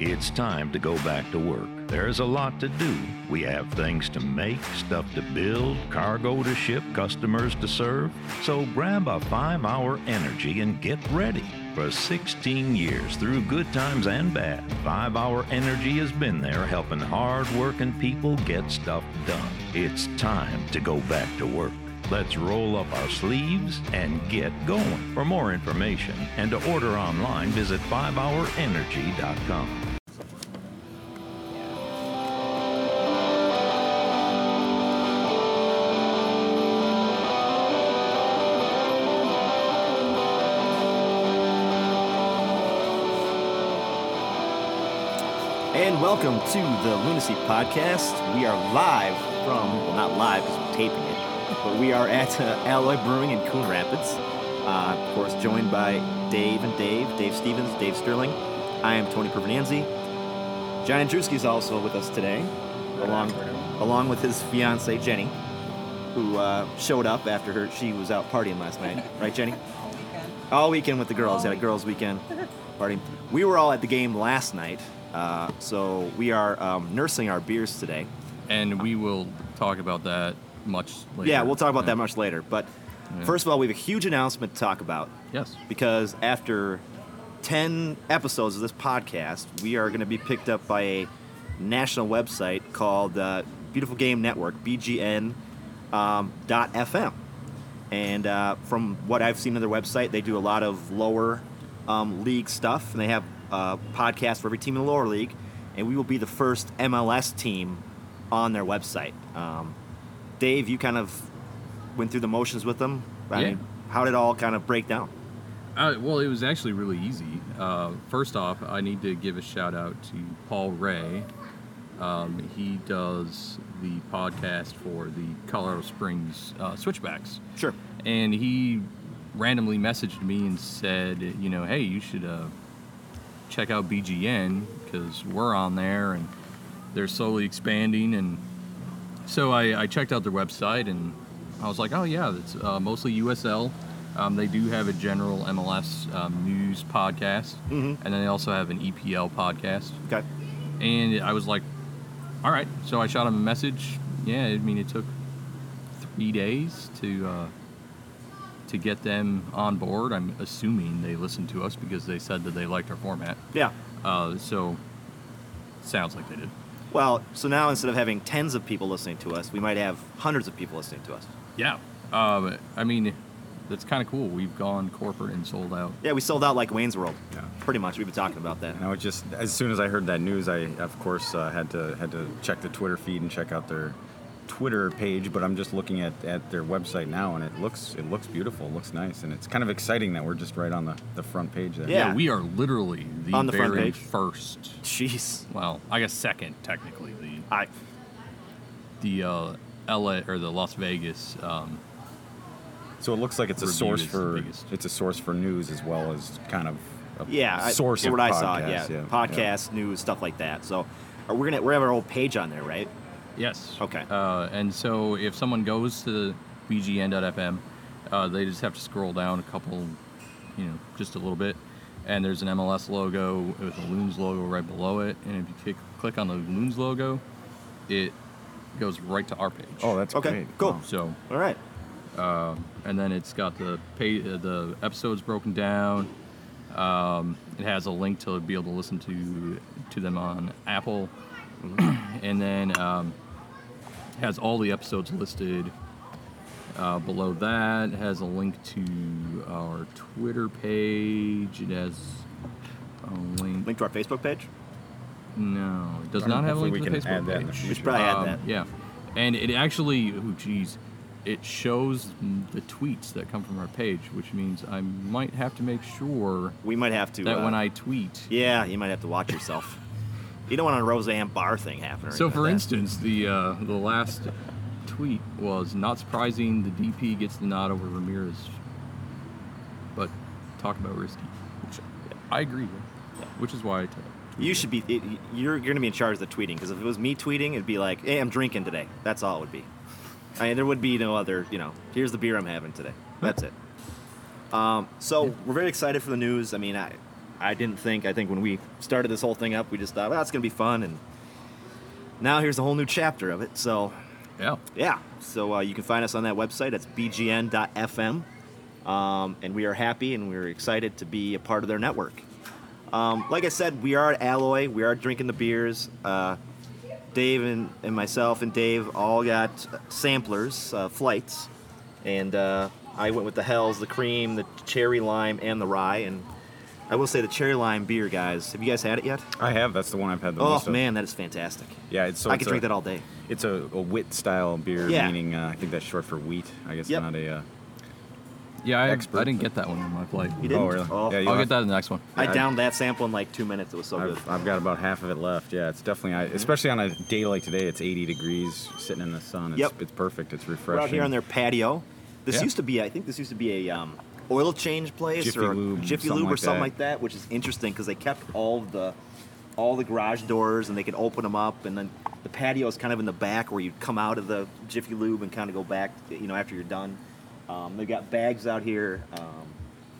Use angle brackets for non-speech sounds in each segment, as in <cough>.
It's time to go back to work. There's a lot to do. We have things to make, stuff to build, cargo to ship, customers to serve. So grab a five hour energy and get ready. For 16 years, through good times and bad, Five Hour Energy has been there helping hard working people get stuff done. It's time to go back to work. Let's roll up our sleeves and get going. For more information and to order online, visit 5hourenergy.com. And welcome to the Lunacy Podcast. We are live from, well, not live because we're taping it, but we are at uh, Alloy Brewing in Coon Rapids. Uh, of course, joined by Dave and Dave, Dave Stevens, Dave Sterling. I am Tony Pervenanzi. John Andrewski is also with us today, along, along with his fiancee Jenny, who uh, showed up after her. She was out partying last night, right, Jenny? all weekend. all weekend with the girls. Had a girls' weekend party. We were all at the game last night, uh, so we are um, nursing our beers today. and we will talk about that much later. Yeah, we'll talk about that much later. But first of all, we have a huge announcement to talk about Yes. because after ten episodes of this podcast, we are going to be picked up by a national website called uh, Beautiful Game Network (BGN) um, dot FM. And uh, from what I've seen on their website, they do a lot of lower um, league stuff, and they have uh, podcasts for every team in the lower league. And we will be the first MLS team on their website. Um, Dave, you kind of went through the motions with them. I Yeah. mean, how did it all kind of break down? Uh, well, it was actually really easy. Uh, first off, I need to give a shout out to Paul Ray. Um, he does the podcast for the Colorado Springs uh, Switchbacks. Sure. and he randomly messaged me and said, you know, hey, you should uh, check out BGN because we're on there and they're slowly expanding. And so I, I checked out their website and I was like, oh yeah, it's uh, mostly USL. Um, they do have a general MLS um, news podcast, Mhm. and then they also have an EPL podcast Okay. and I was like, "All right." So I shot him a message. Yeah, I mean, it took three days to uh, to get them on board. I'm assuming they listened to us because they said that they liked our format. Yeah. Uh, so sounds like they did. Well, so now instead of having tens of people listening to us, we might have hundreds of people listening to us. Yeah. Um, I mean, that's kind of cool. We've gone corporate and sold out. Yeah, we sold out like Wayne's World. Yeah. Pretty much. We've been talking about that. And I was just as soon as I heard that news, I of course uh, had to had to check the Twitter feed and check out their Twitter page. But I'm just looking at, at their website now, and it looks it looks beautiful, it looks nice, and it's kind of exciting that we're just right on the, the front page there. Yeah. we are literally the, On the front very page. first. Jeez. Well, I guess second technically. The I, the uh, LA or the Las Vegas um, So it looks like it's a Review source is the for biggest. it's a source for news as well as kind of a yeah, I- source yeah, of what I saw. podcasts, Yeah, podcast, news, stuff like that. So are we gonna we have our old page on there, right? Yes. Okay. Uh, and so if someone goes to bgn.fm, uh, they just have to scroll down a couple, you know, just a little bit, and there's an MLS logo with a Loons logo right below it. And if you click, click on the Loons logo, it goes right to our page. Oh, that's Okay, great. cool. Wow. so All right. and then it's got the pay, uh, the episodes broken down. Um, it has a link to be able to listen to to them on Apple, and then um, has all the episodes listed. Uh, below that it has a link to our Twitter page. It has a link. Link to our Facebook page. No, it does not have a Hopefully link we to the can Facebook add that in the page. future. We should probably add Um, that. Yeah, and it actually, oh geez, it shows the tweets that come from our page, which means I might have to make sure We might have to. that uh, when I tweet. Yeah, you might have to watch yourself. you don't want a Roseanne Barr thing happening. So, for instance, the uh, the last tweet was not surprising. The DP gets the nod over Ramirez, but talk about risky, which I agree with, which is why I. T- you should be. It, you're going to be in charge of the tweeting because if it was me tweeting, it'd be like, "Hey, I'm drinking today." That's all it would be. I mean, there would be no other. You know, here's the beer I'm having today. That's it. Um, so we're very excited for the news. I mean, I, I didn't think. I think when we started this whole thing up, we just thought, well, it's gonna be fun, and now here's a whole new chapter of it. So Yeah. yeah, so uh, you can find us on that website. That's bgn.fm, um, and we are happy and we're excited to be a part of their network. Um, like I said, we are at Alloy. We are drinking the beers. Uh, Dave and, and myself and Dave all got samplers, uh, flights, and uh, I went with the Hells, the cream, the cherry lime, and the rye. And I will say the cherry lime beer, guys. Have you guys had it yet? I have. That's the one I've had the Oh most. of. man, that is fantastic. Yeah, it's so. I it's could drink a, that all day. It's a, a wit style beer, Yeah. meaning uh, I think that's short for wheat. I guess Yep. not a. Uh, Yeah, I, Expert. I didn't get that one on my flight. You didn't? Oh, really? Oh. Yeah, you I'll have- get that in the next one. I Yeah, I- downed that sample in like two minutes. It was so good. Mm-hmm. I've, I've got about half of it left. Yeah, it's definitely, I, especially on a day like today, it's 80 degrees, sitting in the sun. It's, Yep. it's perfect. It's We're refreshing. out here on their patio. This Yeah. used to be, I think this used to be a um, oil change place Jiffy or a Lube, Jiffy something Lube or like something that. like that, which is interesting because they kept all of the all the garage doors and they could open them up, and then the patio is kind of in the back where you come out of the Jiffy Lube and kind of go back, you know, after you're done. Um, they've got bags out here. Um,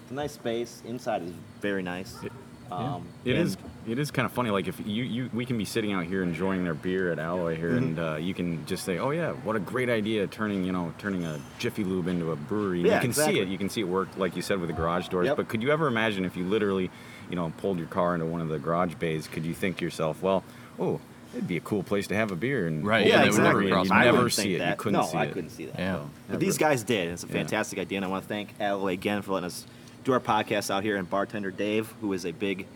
it's a nice space. Inside is very nice. It- um, It and- is. It is kind of funny. Like if you, you we can be sitting out here enjoying their beer at Alloy Mm-hmm. here, and uh, you can just say, "Oh yeah, what a great idea!" Turning you know turning a Jiffy Lube into a brewery. Yeah, you can exactly. see it. You can see it work, like you said, with the garage doors. Yep. But could you ever imagine if you literally, you know, pulled your car into one of the garage bays? Could you think to yourself, "Well, oh, it'd be a cool place to have a beer"? And Right, open yeah, a they would never brewery, and cross you'd my I never wouldn't see think it. You that. couldn't no, see I it. couldn't see that. Yeah. So, But these never. guys did. It's a Yeah. fantastic idea, and I want to thank Alloy again for letting us do our podcast out here, and bartender Dave, who is a big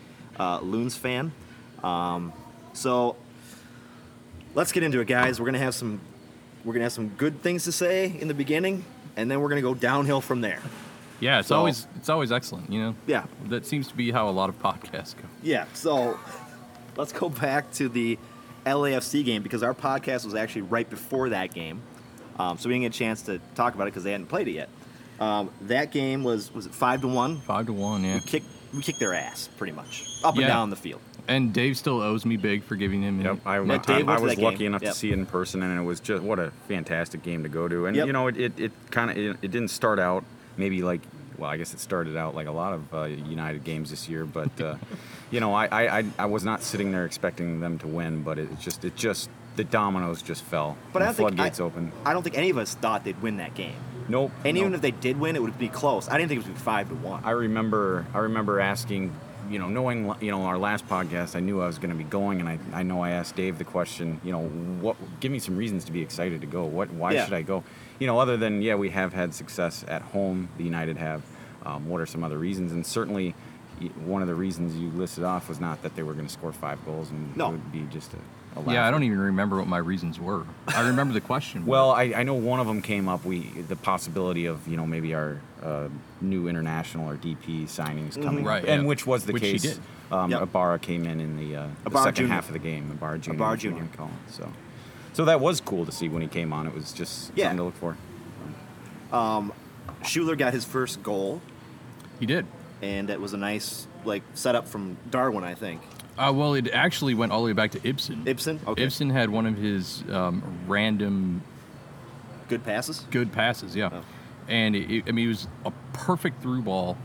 uh, Loons fan. Um, so let's get into it, guys. We're gonna have some we're gonna have some good things to say in the beginning, and then we're gonna go downhill from there. Yeah, it's So- always it's always excellent, you know. Yeah, That seems to be how a lot of podcasts go. yeah. So let's go back to the LAFC game because our podcast was actually right before that game, um, so we didn't get a chance to talk about it because they hadn't played it yet. Um, that game was was it five to one? Five to one, yeah. kick we kicked their ass pretty much up and Yeah. down the field. <laughs> And Dave still owes me big for giving him. Yep, I, Matt I, Dave I went to was that lucky game. enough Yep. to see it in person, and it was just what a fantastic game to go to. And Yep. you know, it it, it kind of it, it didn't start out maybe like well, I guess it started out like a lot of uh, United games this year, but <laughs> uh, you know, I, I I I was not sitting there expecting them to win, but it, it just it just the dominoes just fell. But and I the don't think floodgates I, open. I don't think any of us thought they'd win that game. Nope. And even nope. if they did win, it would be close. I didn't think it would be five to one. I remember I remember asking, you know, knowing you know our last podcast, I knew I was going to be going, and I, I know I asked Dave the question, you know, what give me some reasons to be excited to go. What why Yeah. should I go? You know, other than yeah, we have had success at home. The United have. Um, what are some other reasons? And certainly, y- one of the reasons you listed off was not that they were going to score five goals, and No. it would be just a, a <laughs> Yeah, I laugh. don't even remember what my reasons were. I remember the question. but- <laughs> Well, I, I know one of them came up. We the possibility of you know maybe our uh, new international or DP signings coming, Right, and yeah. which was the Which he case. did. Mm-hmm. Um, Yep. Ibarra came in in the, uh, the Ibarra second Jr. half of the game. Ibarra Junior. Ibarra Jr. Call it, so, so that was cool to see when he came on. It was just Yeah. something to look for. Schuler got his first goal, he did. and it was a nice like setup from Darwin, I think. Uh, well, it actually went all the way back to Ibsen. Ibsen? Okay. Ibsen had one of his um, random Good passes. good passes, yeah. Oh. And it, it- I mean, it was a perfect through ball,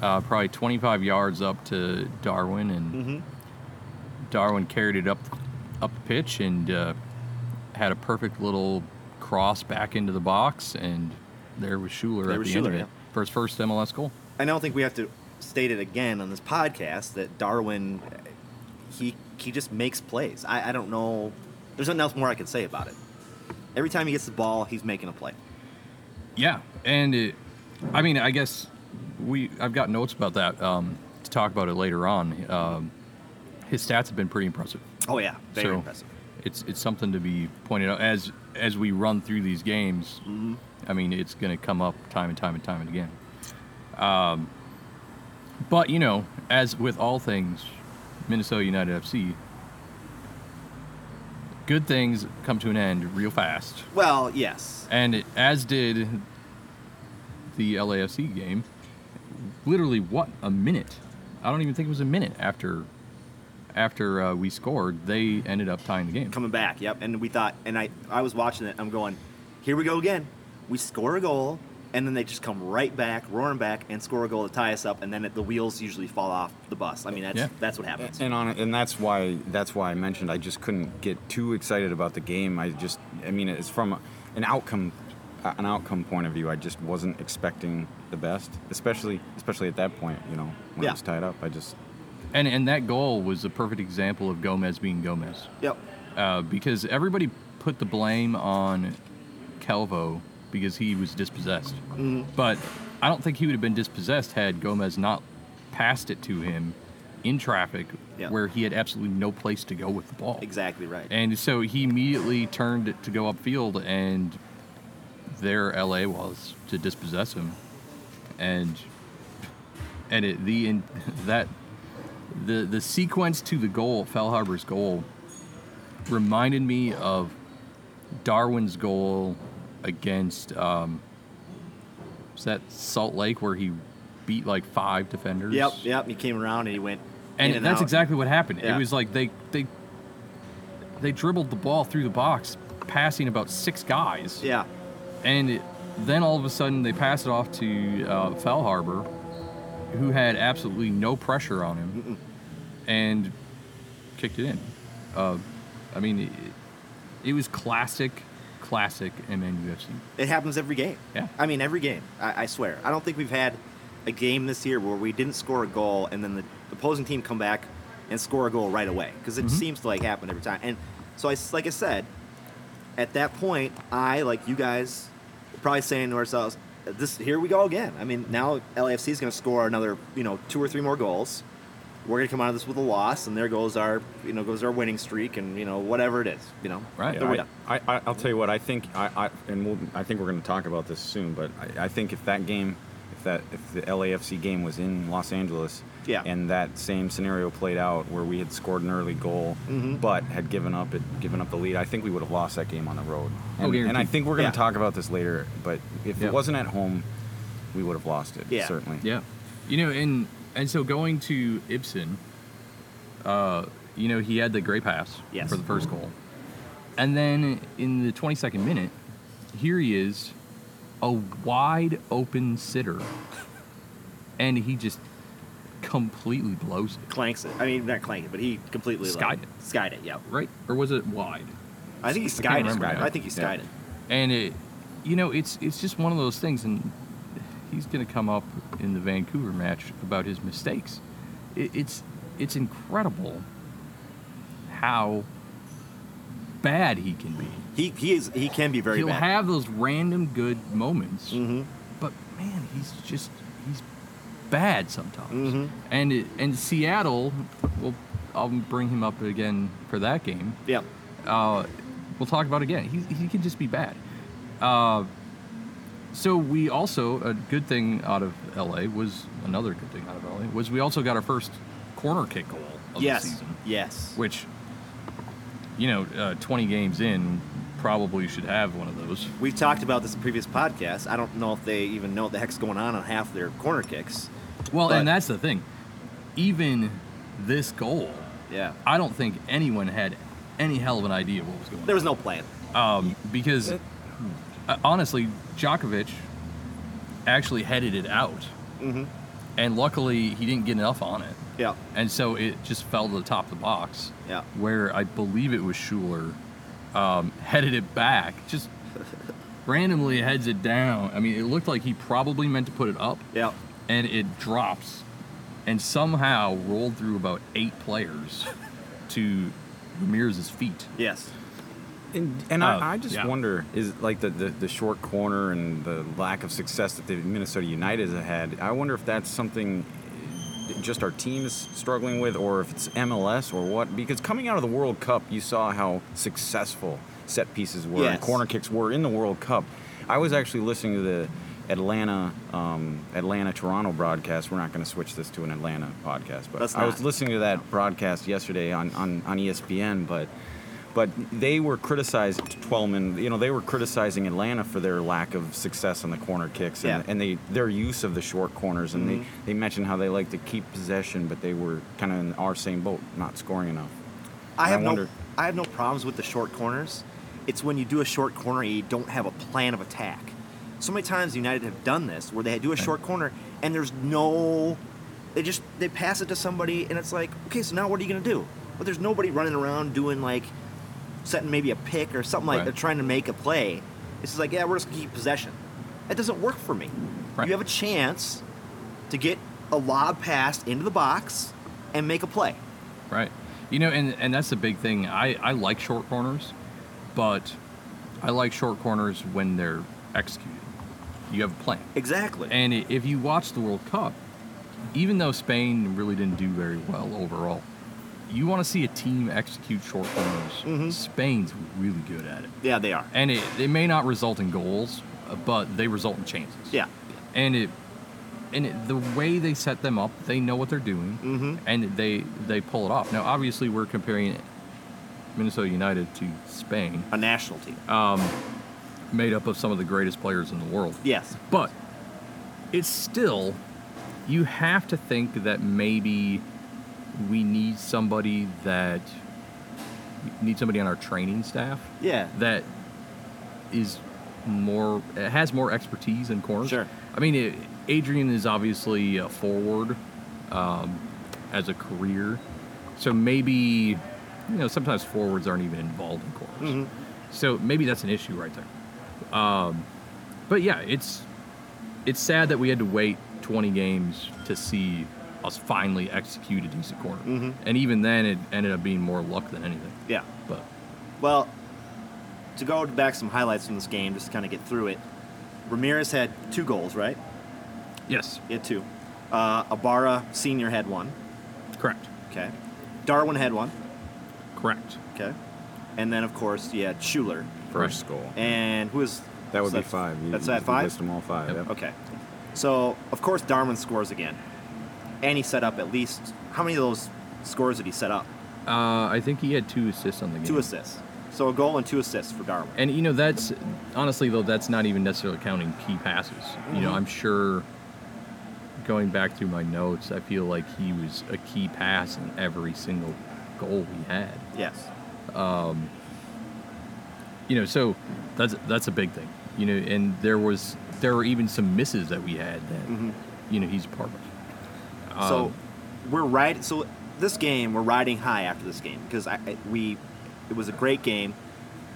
uh, probably 25 yards up to Darwin, and Mm-hmm. Darwin carried it up up the pitch and uh, had a perfect little cross back into the box, and there was Schuler There at was the end Schuler, of it for his first MLS goal. I don't think we have to state it again on this podcast that Darwin, he he just makes plays. I, I don't know. There's nothing else more I can say about it. Every time he gets the ball, he's making a play. Yeah, and it, I mean, I guess we I've got notes about that um, to talk about it later on. Um, his stats have been pretty impressive. Oh yeah, very so impressive. It's it's something to be pointed out as as we run through these games. I mean, it's going to come up time and time and time and again. Um, but you know, as with all things, Minnesota United FC, good things come to an end real fast. Well, yes. And it- as did the LAFC game, literally what a minute! I don't even think it was a minute after after uh, we scored, they ended up tying the game. coming back. Yep. And we thought, and I, I was watching it. I'm going, here we go again. We score a goal. and then they just come right back, roaring back, and score a goal to tie us up, and then it, the wheels usually fall off the bus. I mean, that's Yeah. that's what happens. And on and that's why that's why I mentioned I just couldn't get too excited about the game. I just I mean it's from an outcome uh, an outcome point of view. I just wasn't expecting the best, especially especially at that point. You know when Yeah. it was tied up, I just And and that goal was a perfect example of Gomez being Gomez. Yep. uh, because everybody put the blame on Calvo because he was dispossessed. But I don't think he would have been dispossessed had Gomez not passed it to him in traffic Yeah. where he had absolutely no place to go with the ball. Exactly right. And so he immediately turned it to go upfield, and there LA was to dispossess him, and and it, the in, <laughs> that the the sequence to the goal, Fellharber's goal, reminded me of Darwin's goal against um, was that Salt Lake where he beat like five defenders. Yep, yep. He came around and he went. And, in that's out. exactly what happened. Yeah. It was like they they they dribbled the ball through the box, passing about six guys. Yeah, And it, then all of a sudden they pass it off to uh, Fellharber, who had absolutely no pressure on him, and kicked it in. Uh, I mean, it, it was classic, classic MNUFC. it happens every game. Yeah. I mean, every game. I, I swear. I don't think we've had a game this year where we didn't score a goal and then the opposing team come back and score a goal right away because Mm-hmm. it seems to like happen every time. And so I, s- like I said, at that point, I like you guys, were probably saying to ourselves, "This here we go again." I mean, now LAFC is going to score another, you know, two or three more goals. We're going to come out of this with a loss, and there goes our, you know, goes our winning streak, and you know, whatever it is, you know, Right. They're way down. I, I, I'll tell you what I think. I, I and we'll, I think we're going to talk about this soon. But I, I think if that game, if that if the LAFC game was in Los Angeles, Yeah. and that same scenario played out where we had scored an early goal, but had given up it given up the lead, I think we would have lost that game on the road. Oh, And, and I guaranteed. think we're going Yeah. to talk about this later. But if Yeah. it wasn't at home, we would have lost it. Yeah. Certainly. Yeah, you know, and and so going to Ibsen, uh, you know, he had the great pass Yes. for the first goal, and then in the 22nd minute, here he is, a wide open sitter, and he just completely blows it, clanks it. I mean, not clank it, but he completely like, Skied it. Skied it. Yeah, right? Or was it wide? I think he I skied can't it. remember now. I think he skied Yeah. it. and it, you know, it's it's just one of those things, and he's going to come up in the Vancouver match about his mistakes. It, it's it's incredible how bad he can be. He he is he can be very He'll bad. have those random good moments, Mhm. but man, he's just he's bad sometimes. Mhm. And it, and Seattle, well, I'll bring him up again for that game yeah. uh, we'll talk about it again. He, he can just be bad. Uh, so we also a good thing out of LA was another good thing out of LA was we also got our first corner kick goal of the Yes. season, Yes. which you know, uh, 20 games in, probably should have one of those. We've talked about this in previous podcasts. I don't know if they even know what the heck's going on on half their corner kicks. Well, But- and that's the thing. Even this goal, Yeah. I don't think anyone had any hell of an idea what was going on. There was no plan. um, because uh, honestly, Djokovic actually headed it out, and luckily he didn't get enough on it, Yeah. and so it just fell to the top of the box. Yeah. where I believe it was Schuler um, headed it back, just randomly heads it down. I mean, it looked like he probably meant to put it up, Yeah. and it drops, and somehow rolled through about eight players to Ramirez's feet. Yes. And, and Oh, I, I just yeah. wonder is like the, the, the short corner and the lack of success that the Minnesota United has had. I wonder if that's something eh, just our team is struggling with, or if it's MLS or what. Because coming out of the World Cup, you saw how successful set pieces were and Yes. corner kicks were in the World Cup. I was actually listening to the Atlanta um, Atlanta Toronto broadcast. We're not going to switch this to an Atlanta podcast, but Let's I was not. listening to that broadcast yesterday on, on, E on ESPN, but but they were criticized Twelman. You know, they were criticizing Atlanta for their lack of success on the corner kicks and, Yeah. Mm-hmm. and they their use of the short corners. And they they mentioned how they like to keep possession, but they were kind of in our same boat, not scoring enough. I I have no wonder- I have no problems with the short corners. It's when you do a short corner and you don't have a plan of attack. so many times United have done this where they do a short corner and there's no, they just they pass it to somebody and it's like, okay, so now what are you gonna do? But there's nobody running around doing like setting maybe a pick or something like Right. that, trying to make a play. It's just like, yeah, we're just gonna keep possession. That doesn't work for me. Right. You have a chance to get a lob pass into the box and make a play. Right. You know, and, and that's the big thing. I, I like short corners, but I like short corners when they're executed. You have a plan. Exactly. And i- if you watch the World Cup, even though Spain really didn't do very well overall, you want to see a team execute short corners. Spain's really good at it. yeah, they are. And it, it may not result in goals, uh, but they result in chances. Yeah. And it and it, the way they set them up, they know what they're doing, Mhm. and they they pull it off. Now, obviously, we're comparing Minnesota United to Spain, A national team. Oh. made up of some of the greatest players in the world. yes. But it's still, you have to think that maybe we need somebody that need somebody on our training staff Yeah. that is more has more expertise in corners. Sure. I mean, it, Adrian is obviously a forward um, as a career, so maybe you know sometimes forwards aren't even involved in corners. So maybe that's an issue right there. Um, but yeah, it's it's sad that we had to wait 20 games to see us finally execute a decent corner, and even then it ended up being more luck than anything. Yeah. But Well, to go back some highlights from this game, just to kind of get through it. Ramirez had two goals, right? yes, He had two. Uh, Ibarra senior had one. correct. Okay. Darwin had one. Correct. Okay. And then of course you had Schuler. First goal. And who is That would so be five. You- That's you at five. List them all five. Yep. yep. Okay. So of course Darwin scores again, and he set up at least how many of those scores did he set up? Uh, I think he had two assists on the game. Two assists. So a goal and two assists for Darwin. And you know that's honestly though that's not even necessarily counting key passes. You Mm-hmm. know I'm sure. Going back through my notes, I feel like he was a key pass in every single goal we had. yes. You know, so that's that's a big thing. You know, and there was there were even some misses that we had that Mm-hmm. you know he's a part of. so Um, we're right. So this game, we're riding high after this game because I, I- we, it was a great game.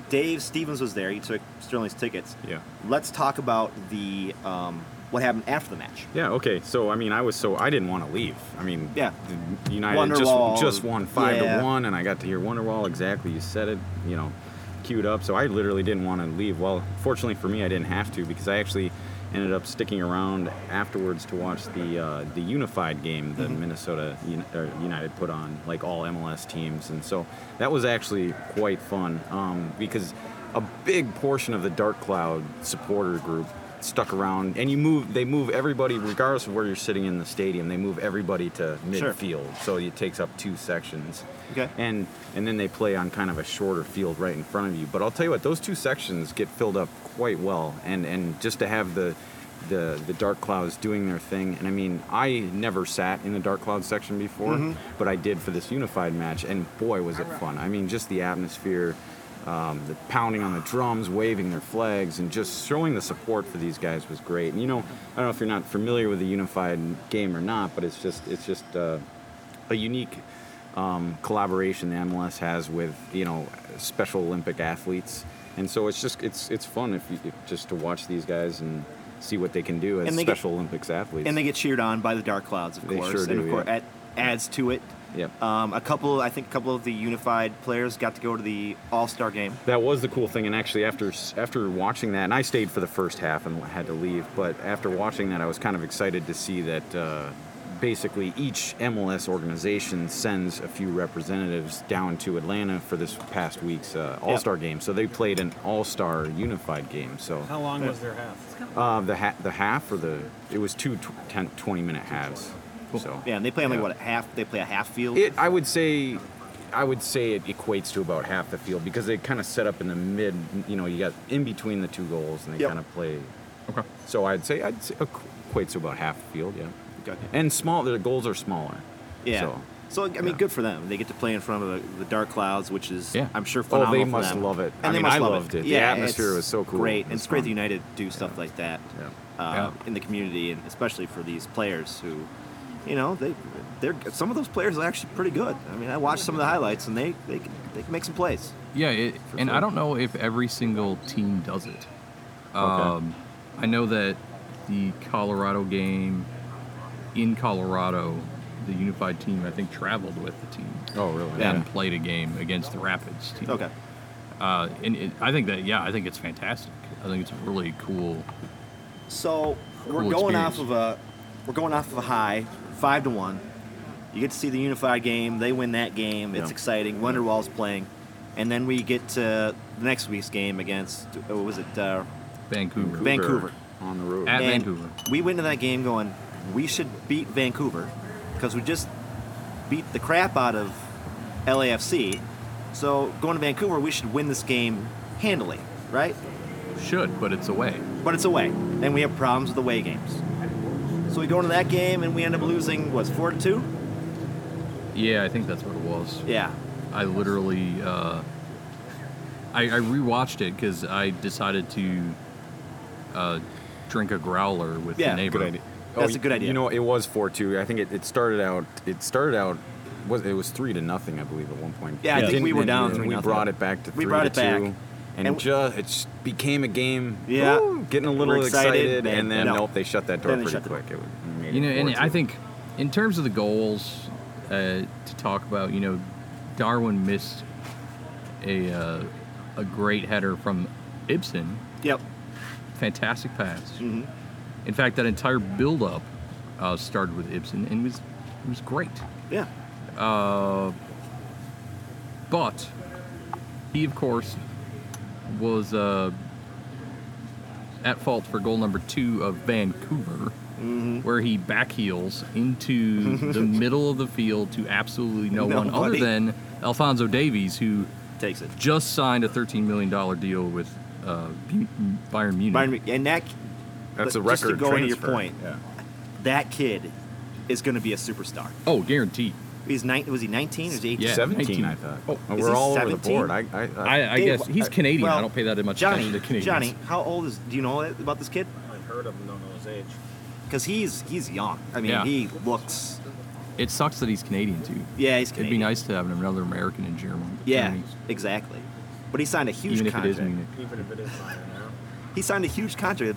Dave Stevens was there. He took Sterling's tickets. Yeah. Let's talk about the um, what happened after the match. Yeah. Okay. So I mean, I was so I didn't want to leave. I mean, Yeah. the United Wonderwall. just just won five Yeah. to one, and I got to hear Wonderwall exactly. You said it. You know, queued up. So I literally didn't want to leave. Well, fortunately for me, I didn't have to because I actually ended up sticking around afterwards to watch the uh, the unified game that Minnesota Un- or United put on, like all MLS teams, and so that was actually quite fun um, because a big portion of the Dark Cloud supporter group stuck around and you move they move everybody regardless of where you're sitting in the stadium they move everybody to Sure. midfield so it takes up two sections Okay. and and then they play on kind of a shorter field right in front of you but i'll tell you what those two sections get filled up quite well and and just to have the the, the dark clouds doing their thing and i mean i never sat in the dark cloud section before but i did for this unified match and boy was it fun i mean just the atmosphere um, the pounding on the drums, waving their flags, and just showing the support for these guys was great. And you know, I don't know if you're not familiar with the unified game or not, but it's just it's just uh, a unique um, collaboration the MLS has with you know Special Olympic athletes, and so it's just it's it's fun if you if- just to watch these guys and see what they can do as And they get- Special Olympics athletes. And they get cheered on by the Dark Clouds, of They course. sure and do, of course, yeah. that adds to it. Yep. Um, a couple, I think, a couple of the unified players got to go to the All Star game. that was the cool thing and actually after after watching that and i stayed for the first half and had to leave but after watching that i was kind of excited to see that uh, basically each mls organization sends a few representatives down to atlanta for this past week's uh, all-star game so they played an all-star unified game so How long was their half? uh, the, ha- the half or the it was two tw- 10, 20 minute halves so Yeah, and they play on like Yeah. what a half. They play a half field. it, I would say, I would say it equates to about half the field because they kind of set up in the mid. You know, you got in between the two goals, and they Yep. kind of play. Okay. So I'd say I'd say equates to about half the field. Yeah. Okay. And small, the goals are smaller. Yeah. So So I mean, good for them. They get to play in front of the, the dark clouds, which is Yeah. I'm sure Oh, phenomenal. they for must them. love it. And I they mean, must I love loved it. The Yeah, atmosphere it's was so cool. Great, It and was it's great fun. that United do stuff like that Yeah. uh, in the community, and especially for these players who, you know, they they're some of those players are actually pretty good. I mean, I watched some of the highlights, and they they can, they can make some plays. Yeah, it, and sure. I don't know if every single team does it. Um, I know that the Colorado game in Colorado, the unified team, I think, traveled with the team Oh, really? Yeah. and played a game against the Rapids Mm-hmm. team. Okay, Uh, and it, I think that, yeah, I think it's fantastic. I think it's a really cool. so we're Cool going experience. off of a we're going off of a high five to one. You get to see the unified game. They win that game. It's Yeah. exciting. Wonderwall's playing, and then we get to the next week's game against what was it? Uh, Vancouver. Van- Vancouver. on the road. At- And Vancouver. We went into that game going, we should beat Vancouver because we just beat the crap out of LAFC. So going to Vancouver, we should win this game handily, right? Should, but it's away. But it's away, and we have problems with away games. So we go into that game and we end up losing what's four to two. Yeah, I think that's what it was. Yeah, I literally, uh, I, I rewatched it because I decided to uh, drink a growler with Yeah, good the neighbor. good idea. Oh, That's a y- good idea. Oh, You know, it was four two. I think it, it started out. It started out. Was it was three to nothing? I believe at one point. Yeah, I It think didn't- we were and- down and three we nothing. brought it back to We three brought to it back. two, and, And- just it just became a game. Yeah. Woo, getting a We're little excited, excited, then- and then no. nope, they shut that door Then they pretty shut the door. quick. It was- made You know, it and 4-2. I think in terms of the goals uh, to talk about, you know, Darwin missed a uh, a great header from Ibsen. yep, Fantastic pass. In fact, that entire build-up uh, started with Ibsen and was it was great. yeah, But he, of course, was uh, at fault for goal number two of Vancouver, Mm-hmm. where he backheels into <laughs> the middle of the field to absolutely no one other Nobody. than Alfonso Davies, who takes it. just signed a $13 million deal with uh, Bu- Bayern Munich. Bayern Munich- And that that's a but record. just to go into your transfer. point. Yeah. that kid is going to be a superstar. Oh, guaranteed. He's nine. Was he 19 or was he 18? Yeah, Seventeen, 19. I thought. Oh, Oh, is we're he all over the 17? board. I, I, I, I, uh, I Dave, guess he's Canadian. Uh, well, I don't pay that much Johnny, attention to Canadians. Johnny, how old is? Do you know about this kid? I've heard of him, don't know his age. Because he's he's young. I mean, Yeah. he looks. It sucks that he's Canadian, too. Yeah, he's. It'd Canadian. be nice to have another American in German. Yeah, Germany, exactly. But he signed a huge Even if it contract. is Munich. Even if it is minor now. he signed a huge contract at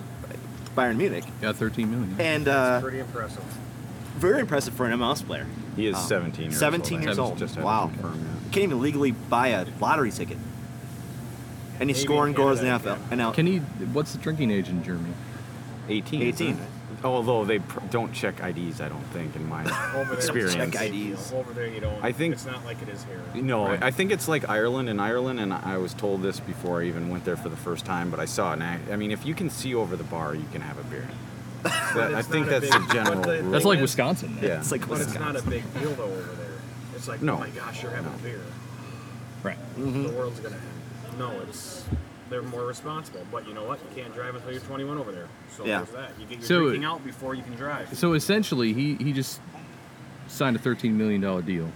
Bayern Munich, Yeah, 13 million. and uh, Pretty impressive. very impressive for an MLS player. he is Um, seventeen. Years 17 old. I years just- old. Just had to Wow. confirm, yeah. He can't even legally buy a lottery ticket, and he's Maybe scoring in goals in the Canada, NFL. And now Can he? What's the drinking age in Germany? 18. 18. Although they pr- don't check IDs, I don't think, <laughs> in my Over there, experience. Check it's- IDs. Over there, you don't. I think- it's not like it is here. No, Right. I think it's like Ireland in Ireland, and I was told this before I even went there for the first time, but I saw it. And I, I mean, if you can see over the bar, you can have a <laughs> beer. That- I it's think not a that's the big- general but the- rule. That's <laughs> like Wisconsin. yeah. it's like But it's Wisconsin. not a big deal though over there. It's like, No. oh my gosh, you're having No. beer. Right. The world's gonna. end. No, it's they're more responsible. But you know what? You can't drive until you're 21 over there. So Yeah. there's that. You get your So- drinking out before you can drive. So essentially, he he just signed a 13 million dollar deal.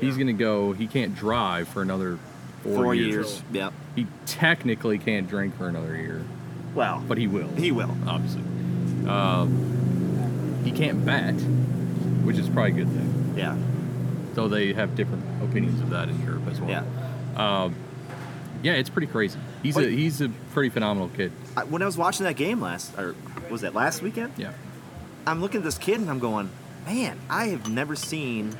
He's Yeah. gonna go. He can't drive for another four, four years. years. Yeah. He technically can't drink for another year, Well, but he will. he will. obviously. Um, he can't bat, which is probably a good thing. Yeah. Though they have different opinions of that in Europe as well. Yeah. Yeah, it's pretty crazy. He's a But- he's a pretty phenomenal kid. I, when I was watching that game last, or was that last weekend? Yeah. I'm looking at this kid and I'm going, man, I have never seen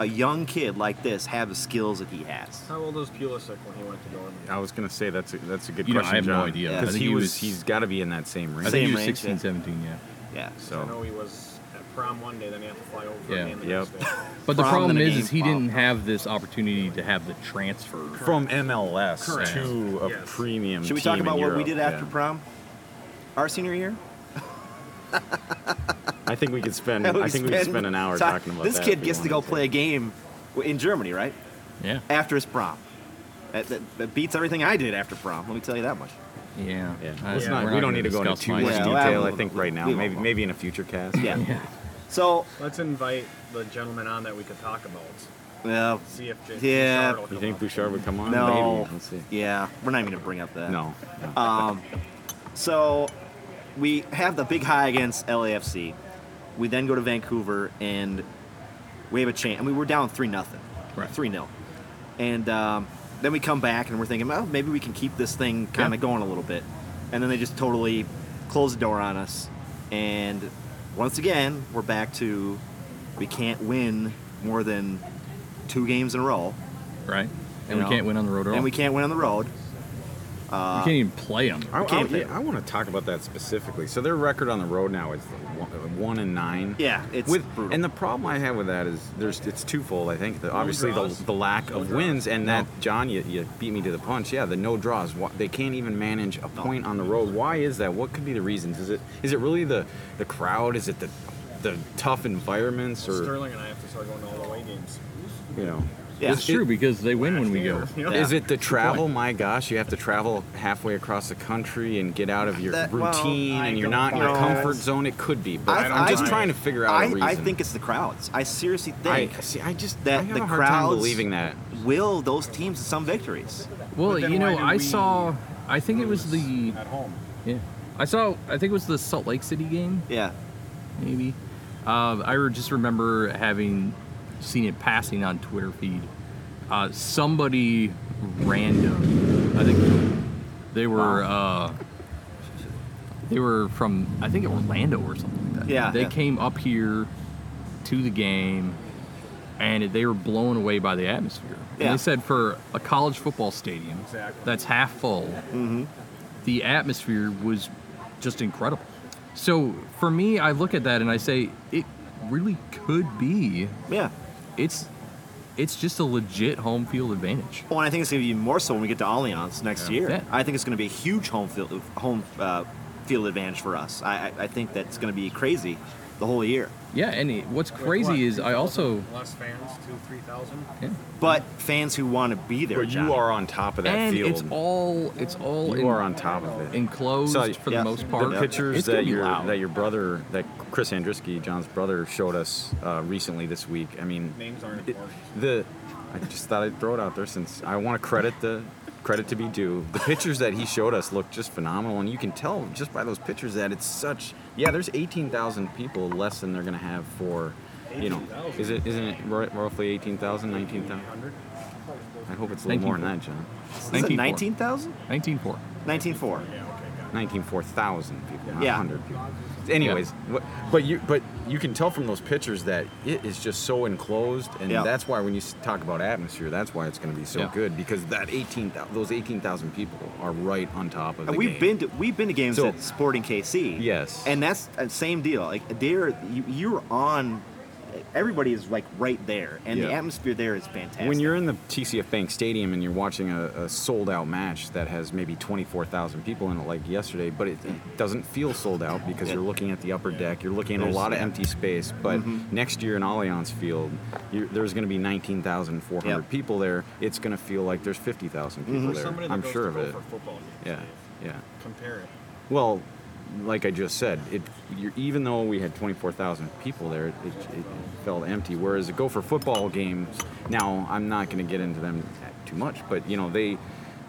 a young kid like this have the skills that he has. How old was Pulisic when he went to go in? I was gonna say that's a, that's a good You know, I question, have no John. idea. Yeah. I Because think he he was, was- he's got to be in that same I range. think he Same was range, 16, yeah. 17, yeah. Yeah. I know So he was at prom one day, then he had to fly over for Yeah. a game the Yep. next day. But the Prom problem and a is, is game he prom. didn't have this opportunity to have the transfer. from MLS Correct. to a Yes. premium. Should we talk team in about what we Europe, did after yeah. prom? Our senior year? I think we <laughs> could spend. Mm, I think we could spend an hour talk- talking about This that if kid we gets to go wanted play a game w- in Germany, right? Yeah. After his prom. That, that, that beats everything I did after prom, let me tell you that much. <laughs> Yeah. Yeah, I- let's we're not. We don't gonna need to go into discuss too my- much Yeah, well, detail. I we'll- think right now, we won't. maybe maybe in a future cast. Yeah. So, Let's invite the gentleman on that we could talk about. yeah, See if Jay Yeah. Bouchard will You come think up. Bouchard would come on? No. Maybe. Let's see. yeah, we're not even gonna bring up that. No. no. So we have the big high against LAFC. We then go to Vancouver and we have a chance. I mean, we're down three nothing, Right. three 0 and um, then we come back and we're thinking, well, maybe we can keep this thing kind of Yeah. going a little bit. And then they just totally close the door on us. And once again, we're back to we can't win more than two games in a row. right? you And we know? can't win on the road at all. And we can't win on the road. we can't even play on the road. I, I, can't play. yeah, I want to talk about that specifically. So their record on the road now is one, one and nine. Yeah, it's with brutal. and the problem I have with that is there's it's twofold. I think the, obviously the, draws. the lack No of draws. wins and that John you, you beat me to the punch. Yeah, the no draws. Why- They can't even manage a point on the road. Why is that? What could be the reasons? Is it is it really the the crowd? Is it the the tough environments or Sterling and I have to start going to all the away games. you know? Yeah. It's true because they win when we go. Yeah. Is it the travel? My gosh, you have to travel halfway across the country and get out of your That- well, routine, I and you're don't not in your know. comfort zone. It could be, but I- I, am I- just trying to figure out a reason. I, I think it's the crowds. I seriously I think see. I just that I have the a hard time crowds- believing that. will those teams to some victories. Well, But then you know, why do I we saw. I think it was the. Lose at home. Yeah, I saw. I think it was the Salt Lake City game, Yeah. maybe. Uh, I re- just remember having seen it passing on Twitter feed. Uh, somebody random, I think they were. Uh, they were from I think Orlando or something like that. Yeah, They yeah. came up here to the game, and they were blown away by the atmosphere. And Yeah. they said for a college football stadium Exactly. that's half full, Mm-hmm. the atmosphere was just incredible. So for me, I look at that and I say it really could be. Yeah. It's it's just a legit home field advantage. Well, and I think it's going to be more so when we get to Allianz next year. Yeah. I think it's going to be a huge home field home uh, field advantage for us. I, I, I think that's going to be crazy the whole year. Yeah, and it, what's With crazy what, is I 2,000 also less fans, two, three thousand. yeah. But fans who want to be there, But John, you are on top of that and field. it's all it's all you in- are on top of it. enclosed So, for yeah, the most the part. The pictures It's gonna that be your loud. that your brother, that Chris Andriski, John's brother, showed us uh, recently this week. I mean, Names aren't It- important. the I just thought I'd throw it out there since I want to credit the credit to be due. The pictures that he showed us look just phenomenal, and you can tell just by those pictures that it's such. Yeah, there's 18,000 people less than they're gonna have for, you know, is it isn't it ro- roughly 18,000, 19,000? I hope it's a little more than that, John. Is it 19,000? 19-4. 19,400. Yeah, okay, got it. 19,000 people, not Yeah. 100 people. Anyways, wh- but you but you can tell from those pictures that it is just so enclosed, and Yeah. that's why when you s- talk about atmosphere, that's why it's going to be so Yeah. good because that 18 those 18,000 people are right on top of. And the we've game. been to we've been to games So- at Sporting KC. Yes. and that's the same deal. Like they're you, you're on. Everybody is like right there, and the Yeah. atmosphere there is fantastic. When you're in the TCF Bank Stadium and you're watching a, a sold out match that has maybe 24,000 people in it, like yesterday, but it, it doesn't feel sold out because you're looking at the upper deck, you're looking at a There's- Mm-hmm. lot of empty space. But next year in Allianz Field, you there's going to be 19,400 Yeah. Mm-hmm. people there. It's going to feel like there's 50,000 people For there. somebody that I'm goes sure to of go it. For football games, Yeah, yeah. Compare it. Well, like I just said, it you're, even though we had 24,000 people there, it, it, it felt empty. Whereas a go for football games, now I'm not going to get into them too much, but you know they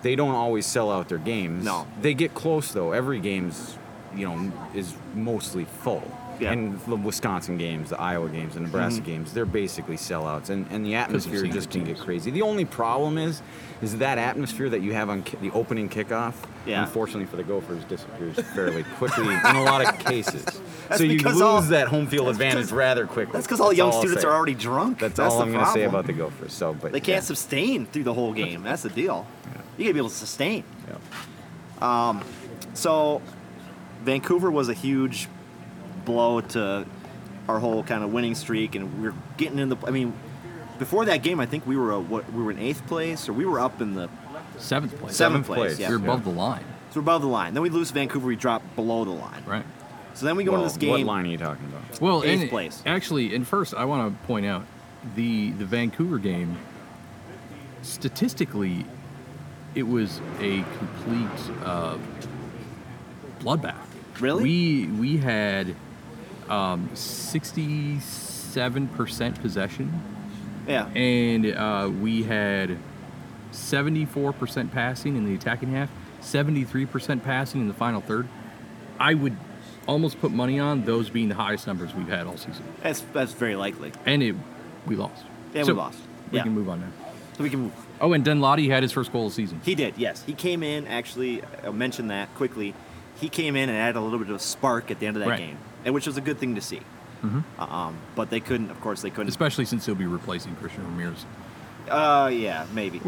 they don't always sell out their games. No. they get close though. Every game's you know is mostly full. Yeah. Mm-hmm. And the Wisconsin games, the Iowa games, the Nebraska games, they're basically sellouts. And, and the atmosphere senior just can get teams. crazy. The only problem is, is that atmosphere that you have on ki- the opening kickoff, Yeah. unfortunately for the Gophers, disappears fairly quickly in a lot of cases. <laughs> That's so you because lose all- that home field advantage rather quickly. that's because all young I'll students say. are already drunk. That's, the all I'm going to say problem. about the Gophers. So, but They can't yeah. sustain through the whole game. That's the deal. You gotta be able to sustain. Um, Yeah. So, Vancouver was a huge blow to our whole kind of winning streak, and we're getting in the. I mean, before that game, I think we were a, what we were in eighth place, or we were up in the Seventh place. seventh, Seventh place. place. Yeah, You're so above the line, we're above the line. Then we lose to Vancouver, we drop below the line. right? So then we go Well, into this What game. line are you talking about? Well, Eighth and place. Actually, and first, I want to point out the the Vancouver game. Statistically, it was a complete uh, bloodbath. Really? We we had um, 67% possession, Yeah. and uh, we had 74% passing in the attacking half, 73% passing in the final third. I would almost put money on those being the highest numbers we've had all season. That's that's very likely. And it, we lost. Yeah, So we lost. We yeah. can move on now. So we can move. Oh, and Den Lottie had his first goal of the season. He did, yes. He came in, actually, I'll mention that quickly. He came in and added a little bit of spark at the end of that Right. game, and which was a good thing to see. Mm-hmm. Um, but they couldn't, of course, they couldn't. Especially since he'll be replacing Christian Ramirez. uh, yeah, maybe.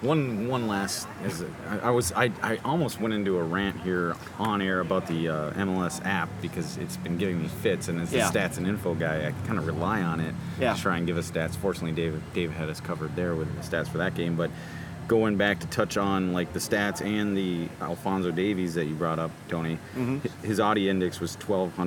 One one last. Is it, I, I was I, I almost went into a rant here on air about the uh, MLS app because it's been giving me fits, and as the Yeah. stats and info guy, I kind of rely on it Yeah. to try and give us stats. Fortunately, Dave Dave had us covered there with the stats for that game, but. Going back to touch on like the stats and the Alfonso Davies that you brought up, Tony, Mm-hmm. hi- his Audi index was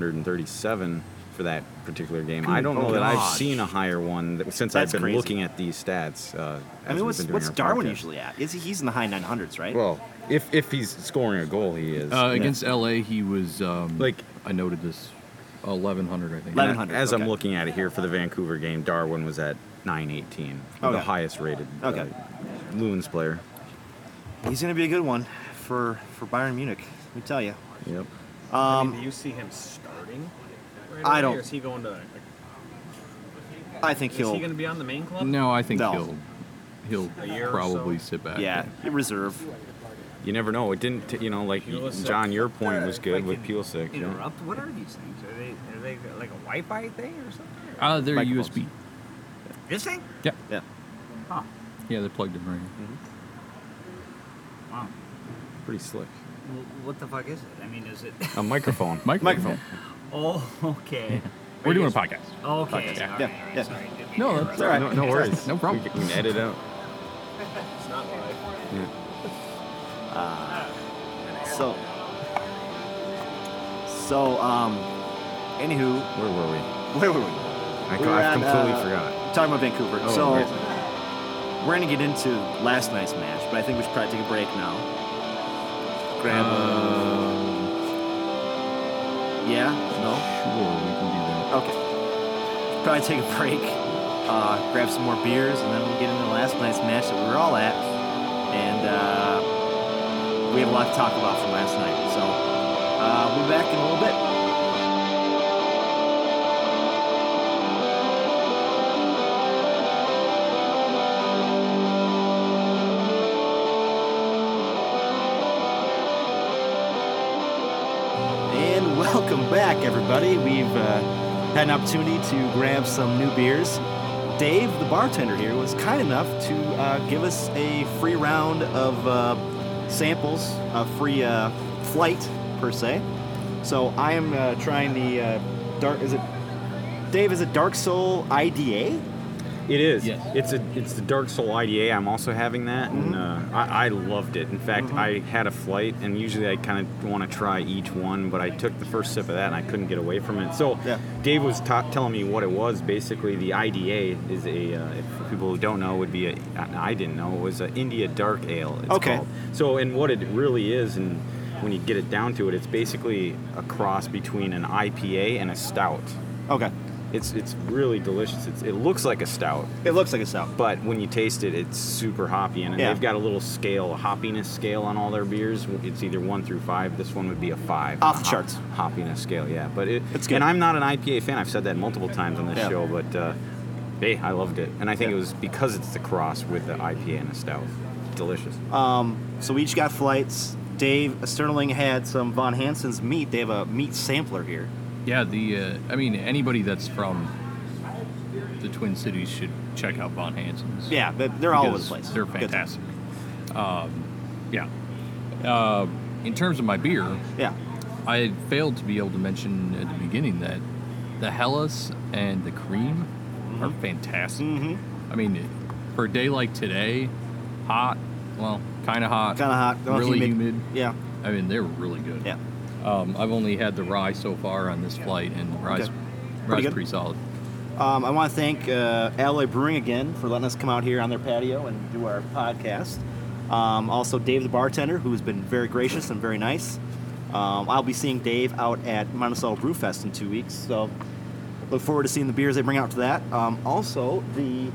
1,237 for that particular game. I don't know that I've gosh. seen a higher one that, since That's I've been crazy. looking at these stats. Uh, I as we've mean, what's, been doing what's our Darwin podcast. usually at? Is he, he's in the high 900s, right? Well, if if he's scoring a goal, he is. Uh, against LA, he was um, Like- I noted this, eleven hundred. I think. Eleven- And 1,100, As I'm okay. looking at it here for the Vancouver game, Darwin was at 918, Okay. the highest rated uh, Okay. Loons player. He's going to be a good one for, for Bayern Munich, let me tell you. Yep. I mean, do you see him starting? Right Um, I away, don't- Or is he going to? Like, I think is he he'll. going to be on the main club? No, I think No. he'll A year he'll or probably so. sit back. yeah, reserve. You never know. It didn't, t- you know, like Pulisic. John, your point was good with Pulisic. You know? Interrupt. What are these things? Are they are they like a Wi-Fi thing or something? Or- Uh, they're Microphones. USB. this thing? Yeah, Yeah. Huh. Oh, yeah, they're plugged in right. in. Wow. Pretty slick. W- What the fuck is it? I mean, is <laughs> it? A <laughs> microphone. Microphone. Oh, okay. We're doing a podcast. Okay. Yeah, all right, yeah, all right, yeah. sorry, didn't mean No, to that's interrupt. all right. No, no worries. No problem. We can, we can edit out. It's not live. So. So, um. Anywho, <laughs> Where were we? where were we? I, We co- were I at, completely uh, forgot. Talking about Vancouver. Oh, so right. we're gonna get into last night's match, but I think we should probably take a break now. Grab. Um, yeah. No. sure, we can do that. Okay. Probably take a break. Uh, grab some more beers, and then we'll get into last night's match that we were all at, and uh, we have a lot to talk about from last night. So uh, we'll be back in a little bit. And welcome back, everybody. We've uh, had an opportunity to grab some new beers. Dave, the bartender here, was kind enough to uh, give us a free round of uh, samples, a free uh, flight, per se. So I am uh, trying the uh, dark. Is it Dave? Is it Dark Soul IDA? It is. Yes. It's a it's the Dark Soul IDA. I'm also having that, and Mm-hmm. uh, I, I loved it. In fact, I had a flight, and usually I kind of want to try each one, but I took the first sip of that, and I couldn't get away from it. So Yeah. Dave was ta- telling me what it was. Basically, the IDA is a uh, if- for people who don't know would be a I didn't know it was an India Dark Ale. It's Okay. Called. So and what it really is and. When you get it down to it, it's basically a cross between an IPA and a stout. Okay, It's it's really delicious. It's, it looks like a stout, it looks like a stout. but when you taste it, it's super hoppy, and Yeah. they've got a little scale, a hoppiness scale on all their beers. It's either one through five. This one would be a five. Off on the charts. hoppiness scale, yeah. But it, It's good. And I'm not an IPA fan. I've said that multiple times on this Yeah. show, but uh, hey, I loved it, and I think it was because it's the cross with the IPA and a stout. Delicious. Uh, Um, So we each got flights. Dave Sterling had some Von Hansen's meat. They have a meat sampler here. Yeah, the uh, I mean anybody that's from the Twin Cities should check out Von Hansen's. Yeah, but they're all over the because place. They're Good. fantastic. Um, yeah. Uh, in terms of my beer, Yeah. I had failed to be able to mention at the beginning that the Hellas and the cream Mm-hmm. are fantastic. I mean, for a day like today, hot, well, kind of hot, Kind of hot. Don't know if really you humid. made- Yeah. I mean, they're really good. Yeah. Um, I've only had the rye so far on this flight, and the rye's, Okay. Pretty rye's good. pretty solid. Um, I want to thank uh, Alloy Brewing again for letting us come out here on their patio and do our podcast. Um, also, Dave the bartender, who has been very gracious and very nice. Um, I'll be seeing Dave out at Monticello Brew Fest in two weeks, so look forward to seeing the beers they bring out to that. Um, also, the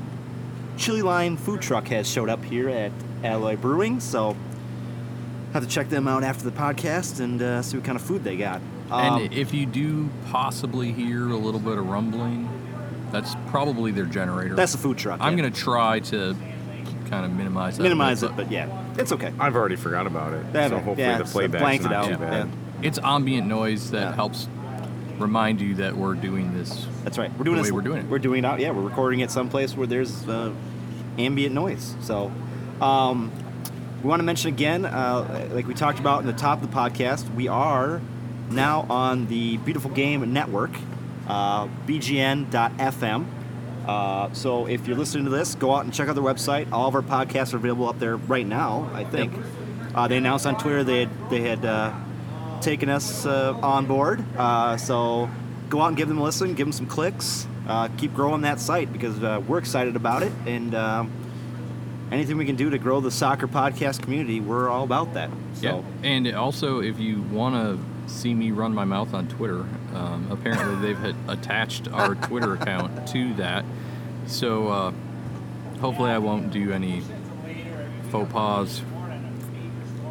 Chili Line food truck has showed up here at Alloy Brewing, so have to check them out after the podcast and uh, see what kind of food they got. Um, and if you do possibly hear a little bit of rumbling, that's probably their generator. that's a food truck. I'm yeah. gonna try to kind of minimize that. a bit, minimize it, but yeah, it's okay. I've already forgot about it. Yeah, so hopefully yeah, the so playback's blanked it not too out, bad. yeah. it's ambient noise that Yeah. helps remind you that we're doing this. That's right. We're doing The this. way we're doing it. We're doing it out. Yeah, we're recording it someplace where there's uh, ambient noise. So, um, we want to mention again, uh, like we talked about in the top of the podcast, we are now on the Beautiful Game Network, uh, BGN.FM. Uh, so if you're listening to this, go out and check out their website. All of our podcasts are available up there right now. I think uh, they announced on Twitter they had, they had uh, taken us uh, on board. Uh, so go out and give them a listen, give them some clicks, uh, keep growing that site because uh, we're excited about it. And um, anything we can do to grow the soccer podcast community, we're all about that. So Yeah. And also, if you want to see me run my mouth on Twitter, um, apparently they've had attached our Twitter account to that. So uh, hopefully, I won't do any faux pas.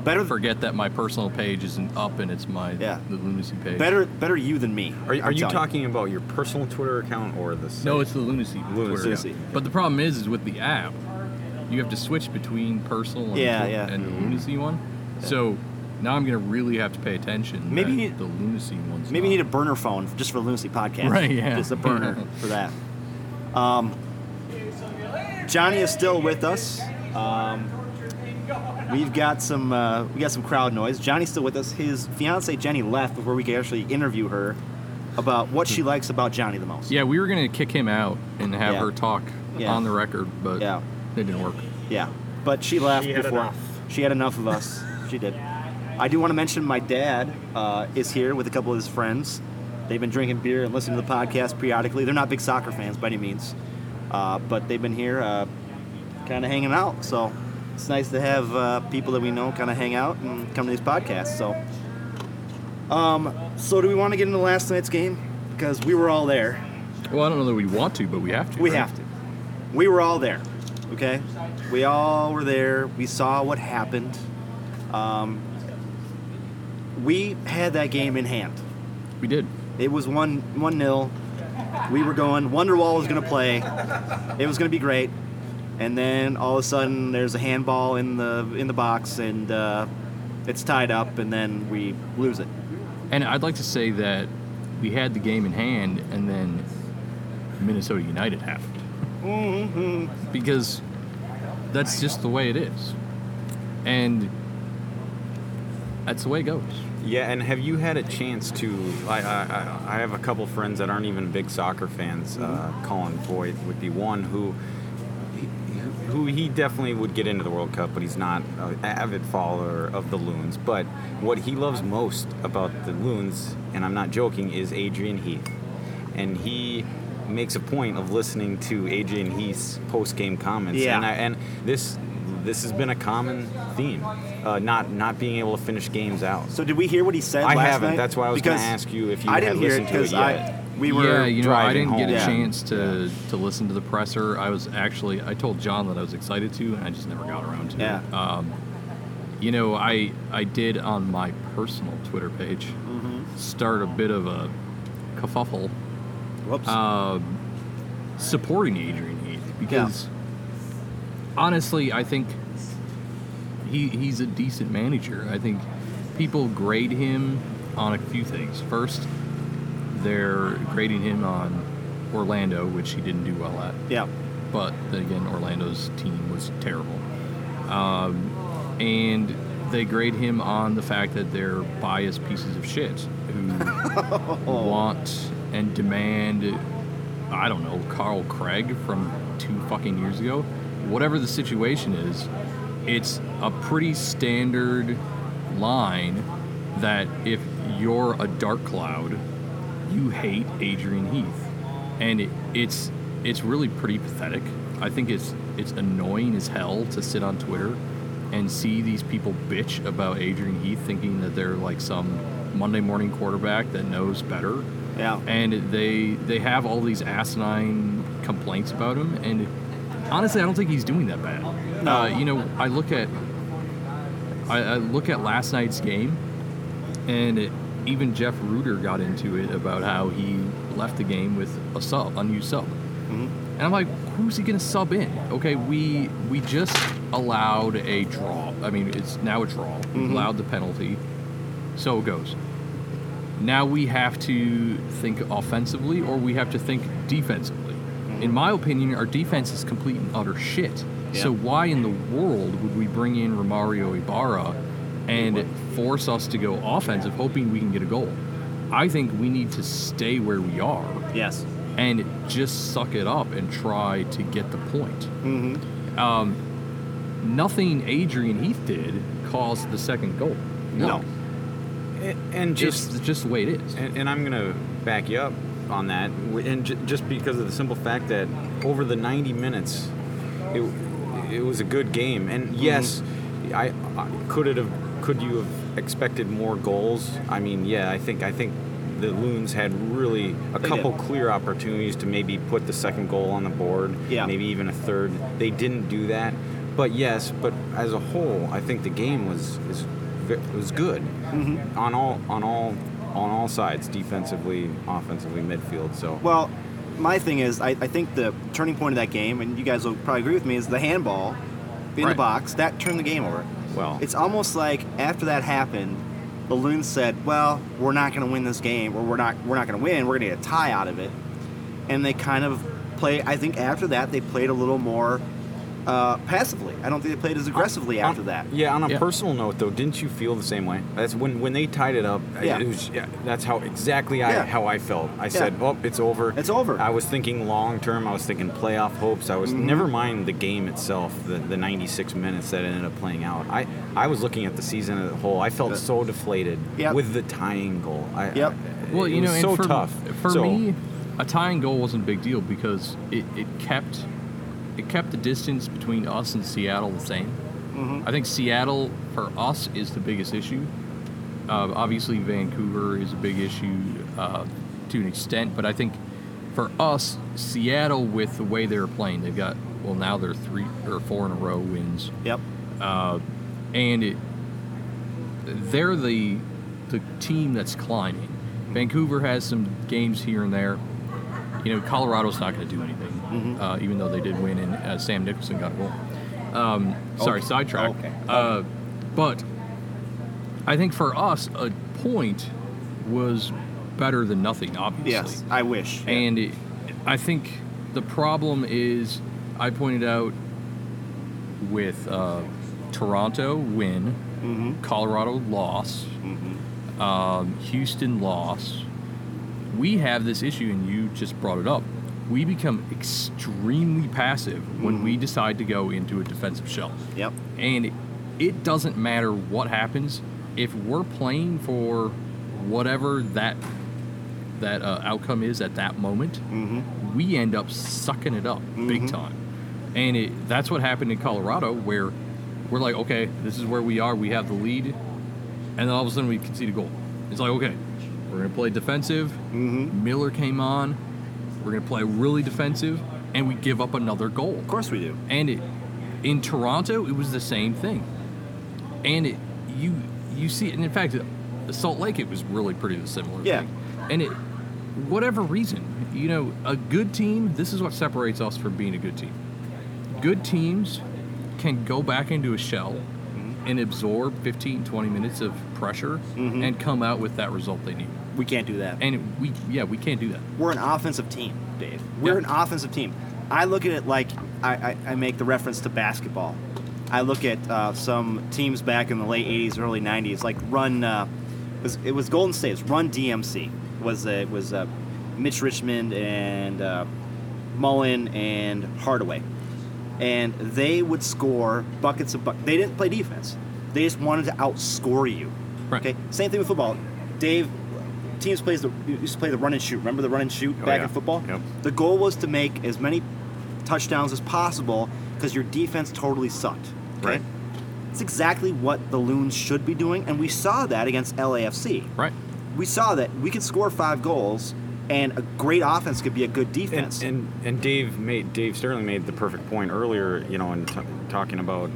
better Forget that my personal page isn't up and it's my Yeah. the lunacy page. better better you than me. Are, you- are I'm you telling talking about your personal Twitter account or the site? No, it's the lunacy. Lunacy. Twitter. Lunacy. But the problem is, is with the app, you have to switch between personal and, Yeah, tw- yeah. and the lunacy one. So now I'm gonna really have to pay attention. Maybe that you need- the lunacy one's Maybe you not. need a burner phone just for Lunacy Podcast. Right, yeah. Just a <laughs> burner for that. Um, Johnny is still with us. Um, we've got some uh, we got some crowd noise. Johnny's still with us. His fiance Jenny left before we could actually interview her about what she likes about Johnny the most. Hmm. Yeah, we were gonna kick him out and have Yeah. her talk Yeah. on the record, but Yeah. it didn't work. Yeah, but she left She had before. enough. She had enough of <laughs> us. she did. I do want to mention my dad uh, is here with a couple of his friends. They've been drinking beer and listening to the podcast periodically. They're not big soccer fans by any means, uh, but they've been here, uh, kind of hanging out. So it's nice to have uh, people that we know kind of hang out and come to these podcasts. So, um, so do we want to get into last night's game? Because we were all there. Well, I don't know that we want to, but we have to. We right? have to. We were all there, okay? We all were there. We saw what happened. Um, we had that game in hand. We did. It was one one nil. We were going. Wonderwall was going to play. It was going to be great. And then all of a sudden, there's a handball in the in the box, and uh, it's tied up. And then we lose it. And I'd like to say that we had the game in hand, and then Minnesota United happened. Mm-hmm. Because that's just the way it is. And that's the way it goes. Yeah, and have you had a chance to? I, I, I- I have a couple friends that aren't even big soccer fans. Uh, Colin Boyd would be one who, who he definitely would get into the World Cup, but he's not an avid follower of the Loons. But what he loves most about the Loons, and I'm not joking, is Adrian Heath, and he makes a point of listening to Adrian Heath's post game comments. Yeah. And, I, and this this has been a common theme, uh, not not being able to finish games out. So did we hear what he said? I last haven't. night? That's why I was Because gonna ask you if you I had didn't hear it listened to it because I yet. we were yeah, you know, I driving didn't get a home. chance to, to listen to the presser. I was actually, I told John that I was excited to, and I just never got around to Yeah. it. Um, you know, I, I did on my personal Twitter page start a bit of a kerfuffle Whoops. um, supporting Adrian Heath because honestly, I think he he's a decent manager. I think people grade him on a few things. First, they're grading him on Orlando, which he didn't do well at. yeah. But then again, Orlando's team was terrible. Um, and they grade him on the fact that they're biased pieces of shit who want and demand, I don't know, Carl Craig from two fucking years ago. Whatever the situation is, it's a pretty standard line that if you're a dark cloud, you hate Adrian Heath, and it, it's it's really pretty pathetic. I think it's it's annoying as hell to sit on Twitter and see these people bitch about Adrian Heath, thinking that they're like some Monday morning quarterback that knows better. Yeah. And they they have all these asinine complaints about him, and honestly, I don't think he's doing that bad. Uh, you know, I look at I, I look at last night's game, and it, even Jeff Reuter got into it about how he left the game with a sub, unused sub. And I'm like, who's he gonna sub in? Okay, we we just allowed a draw. I mean, it's now a draw. We Allowed the penalty, so it goes. Now we have to think offensively, or we have to think defensively. Mm-hmm. In my opinion, our defense is complete and utter shit. So why in the world would we bring in Romario Ibarra and force us to go offensive, hoping we can get a goal? I think we need to stay where we are Yes. and just suck it up and try to get the point. Um, Mm-hmm. Nothing Adrian Heath did caused the second goal. No. And, and Just, just it's just the way it is. And, and I'm going to back you up on that, w- and j- just because of the simple fact that over the 90 minutes, it it was a good game. And yes, I, I could it have could you have expected more goals? I mean, yeah, I think I think the Loons had really a couple clear opportunities to maybe put the second goal on the board, Yeah. maybe even a third. They didn't do that. But yes, but as a whole, I think the game was is ve- was good on all on all on all sides, defensively, offensively, midfield. So Well, my thing is, I, I think the turning point of that game, and you guys will probably agree with me, is the handball in the Right. box that turned the game over. Well- it's almost like after that happened, the Loons said, "Well, we're not going to win this game, or we're not we're not going to win. We're going to get a tie out of it." And they kind of play. I think after that, they played a little more uh, passively. I don't think they played as aggressively On- after that. Yeah, on a Yeah. personal note though, didn't you feel the same way? That's when when they tied it up. I- Yeah. It was, yeah that's how exactly I Yeah. how I felt. I said, "Oh, it's over. It's over. Mm-hmm. I was thinking long term. I was thinking playoff hopes. I was never mind the game itself, the, the 96 minutes that ended up playing out. I I was looking at the season as a whole. I felt so deflated Yep. with the tying goal. I, Yep. I- well, it you know, was and so for, tough For So- me, a tying goal wasn't a big deal because it, it kept it kept the distance between us and Seattle the same. I think Seattle for us is the biggest issue. Uh, obviously, Vancouver is a big issue uh, to an extent, but I think for us, Seattle with the way they're playing, they've got well now they're three or four in a row wins Yep. and it, they're the the team that's climbing. Vancouver has some games here and there. You know, Colorado's not going to do anything, Mm-hmm. uh, even though they did win and uh, Sam Nicholson got a goal. Um, Sorry, sidetrack. Oh, Okay. Uh, but I think for us, a point was better than nothing, obviously. Yes, I wish. And it, I think the problem is, I pointed out with uh, Toronto win, Colorado loss, um, Houston loss. We have this issue, and you just brought it up. We become extremely passive when we decide to go into a defensive shell. yep. And it doesn't matter what happens if we're playing for whatever that that uh, outcome is at that moment. We end up sucking it up big time, and it, that's what happened in Colorado where we're like, okay, this is where we are. We have the lead, and then all of a sudden we concede a goal. It's like, okay, we're gonna play defensive. Miller came on. We're gonna play really defensive, and we give up another goal. Of course we do. And it, in Toronto, it was the same thing. And it, you you see it, and in fact, the Salt Lake, it was really pretty similar. Yeah. Thing. And it, whatever reason, you know, a good team. This is what separates us from being a good team. Good teams can go back into a shell and absorb 15, 20 minutes of pressure and come out with that result they need. We can't do that. And it, we, yeah, we can't do that. we're an offensive team, Dave. We're an Yeah. offensive team. I look at it like I, I, I make the reference to basketball. I look at uh, some teams back in the late '80s, early '90s, like run. Uh, it, was, it was Golden State's run DMC. Was uh, it was uh, Mitch Richmond and uh, Mullen and Hardaway, and they would score buckets of buckets. They didn't play defense. They just wanted to outscore you. Right. Okay. Same thing with football. Dave, teams plays the used to play the run and shoot. Remember the run and shoot back Oh, yeah. in football? Yep. The goal was to make as many touchdowns as possible because your defense totally sucked. Okay? Right. It's exactly what the Loons should be doing, and we saw that against LAFC. Right. We saw that we can score five goals, and a great offense could be a good defense. And, and and Dave made Dave Sterling made the perfect point earlier. You know, in t- talking about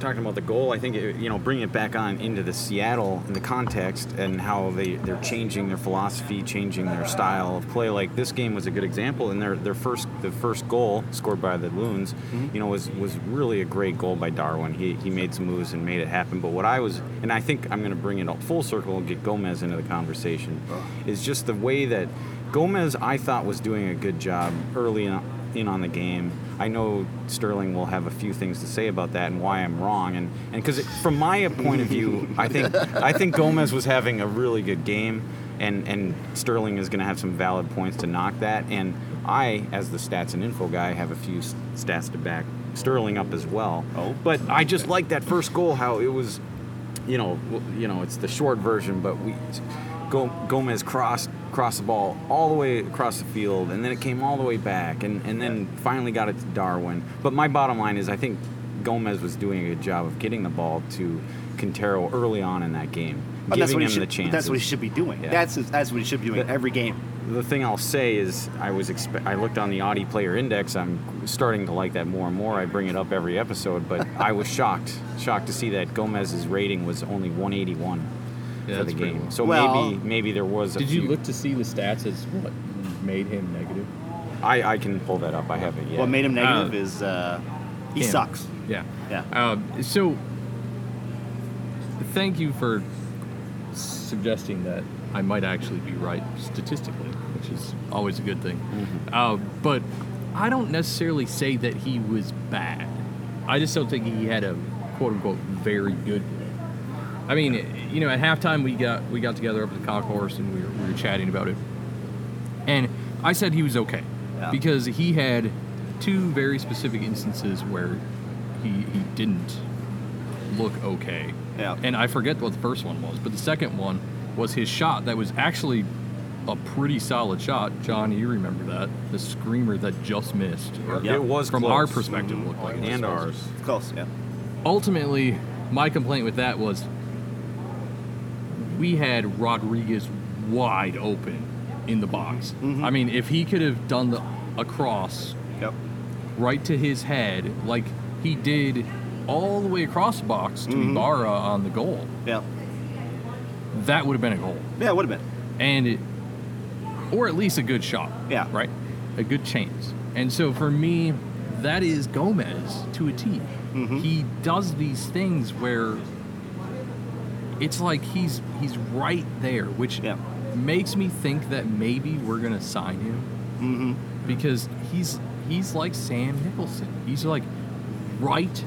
talking about the goal, I think it, you know bringing it back on into the Seattle in the context and how they they're changing their philosophy, changing their style of play. Like this game was a good example, and their their first the first goal scored by the Loons, you know, was was really a great goal by Darwin. He he made some moves and made it happen. But what I was and I think I'm going to bring it up full circle and get Gomez into the conversation is just the way that. Gomez, I thought, was doing a good job early in, in on the game. I know Sterling will have a few things to say about that and why I'm wrong. And because from my point of view, I think I think Gomez was having a really good game, and and Sterling is going to have some valid points to knock that. And I, as the stats and info guy, have a few s- stats to back Sterling up as well. Oh. but I just like that first goal. How it was you know, w- you know, it's the short version, but we Go- Gomez crossed crossed the ball all the way across the field, and then it came all the way back, and and then finally got it to Darwin. But my bottom line is, I think Gomez was doing a good job of getting the ball to Quintero early on in that game, But giving that's what him he should, the chance. That's what he should be doing. Yeah. That's that's what he should be doing every game. The thing I'll say is, I was expe- I looked on the Audi Player Index. I'm starting to like that more and more. I bring it up every episode, but <laughs> I was shocked shocked to see that Gomez's rating was only 181. Yeah, for the that's pretty game. low. So Well- maybe maybe there was. A Did you few- look to see the stats as what made him negative? I, I can pull that up. I haven't yet. What made him negative Oh. Uh, is uh, he Him. sucks. Yeah. Yeah. Um, so, thank you for suggesting that I might actually be right statistically, which is always a good thing. Uh, but I don't necessarily say that he was bad. I just don't think he had a quote unquote very good game. I mean, you know, at halftime we got we got together up at the cock horse and we were, we were chatting about it, and I said he was okay Yeah. because he had two very specific instances where he he didn't look okay. Yeah. And I forget what the first one was, but the second one was his shot that was actually a pretty solid shot. John, you remember that the screamer that just missed. or It was from close. Mm-hmm. our perspective looked like it just and missed ours. It's close. Yeah. ultimately, my complaint with that was we had Rodriguez wide open in the box. I mean, if he could have done the a cross Yep. right to his head, like he did all the way across the box to Ibarra on the goal, Yeah. that would have been a goal, Yeah. It would have been. and it, or at least a good shot. Yeah. right, a good chance. And so for me, that is Gomez to a T. Mm-hmm. He does these things where it's like he's he's right there, which Yeah. makes me think that maybe we're gonna sign him Mm-hmm. because he's he's like Sam Nicholson. He's like right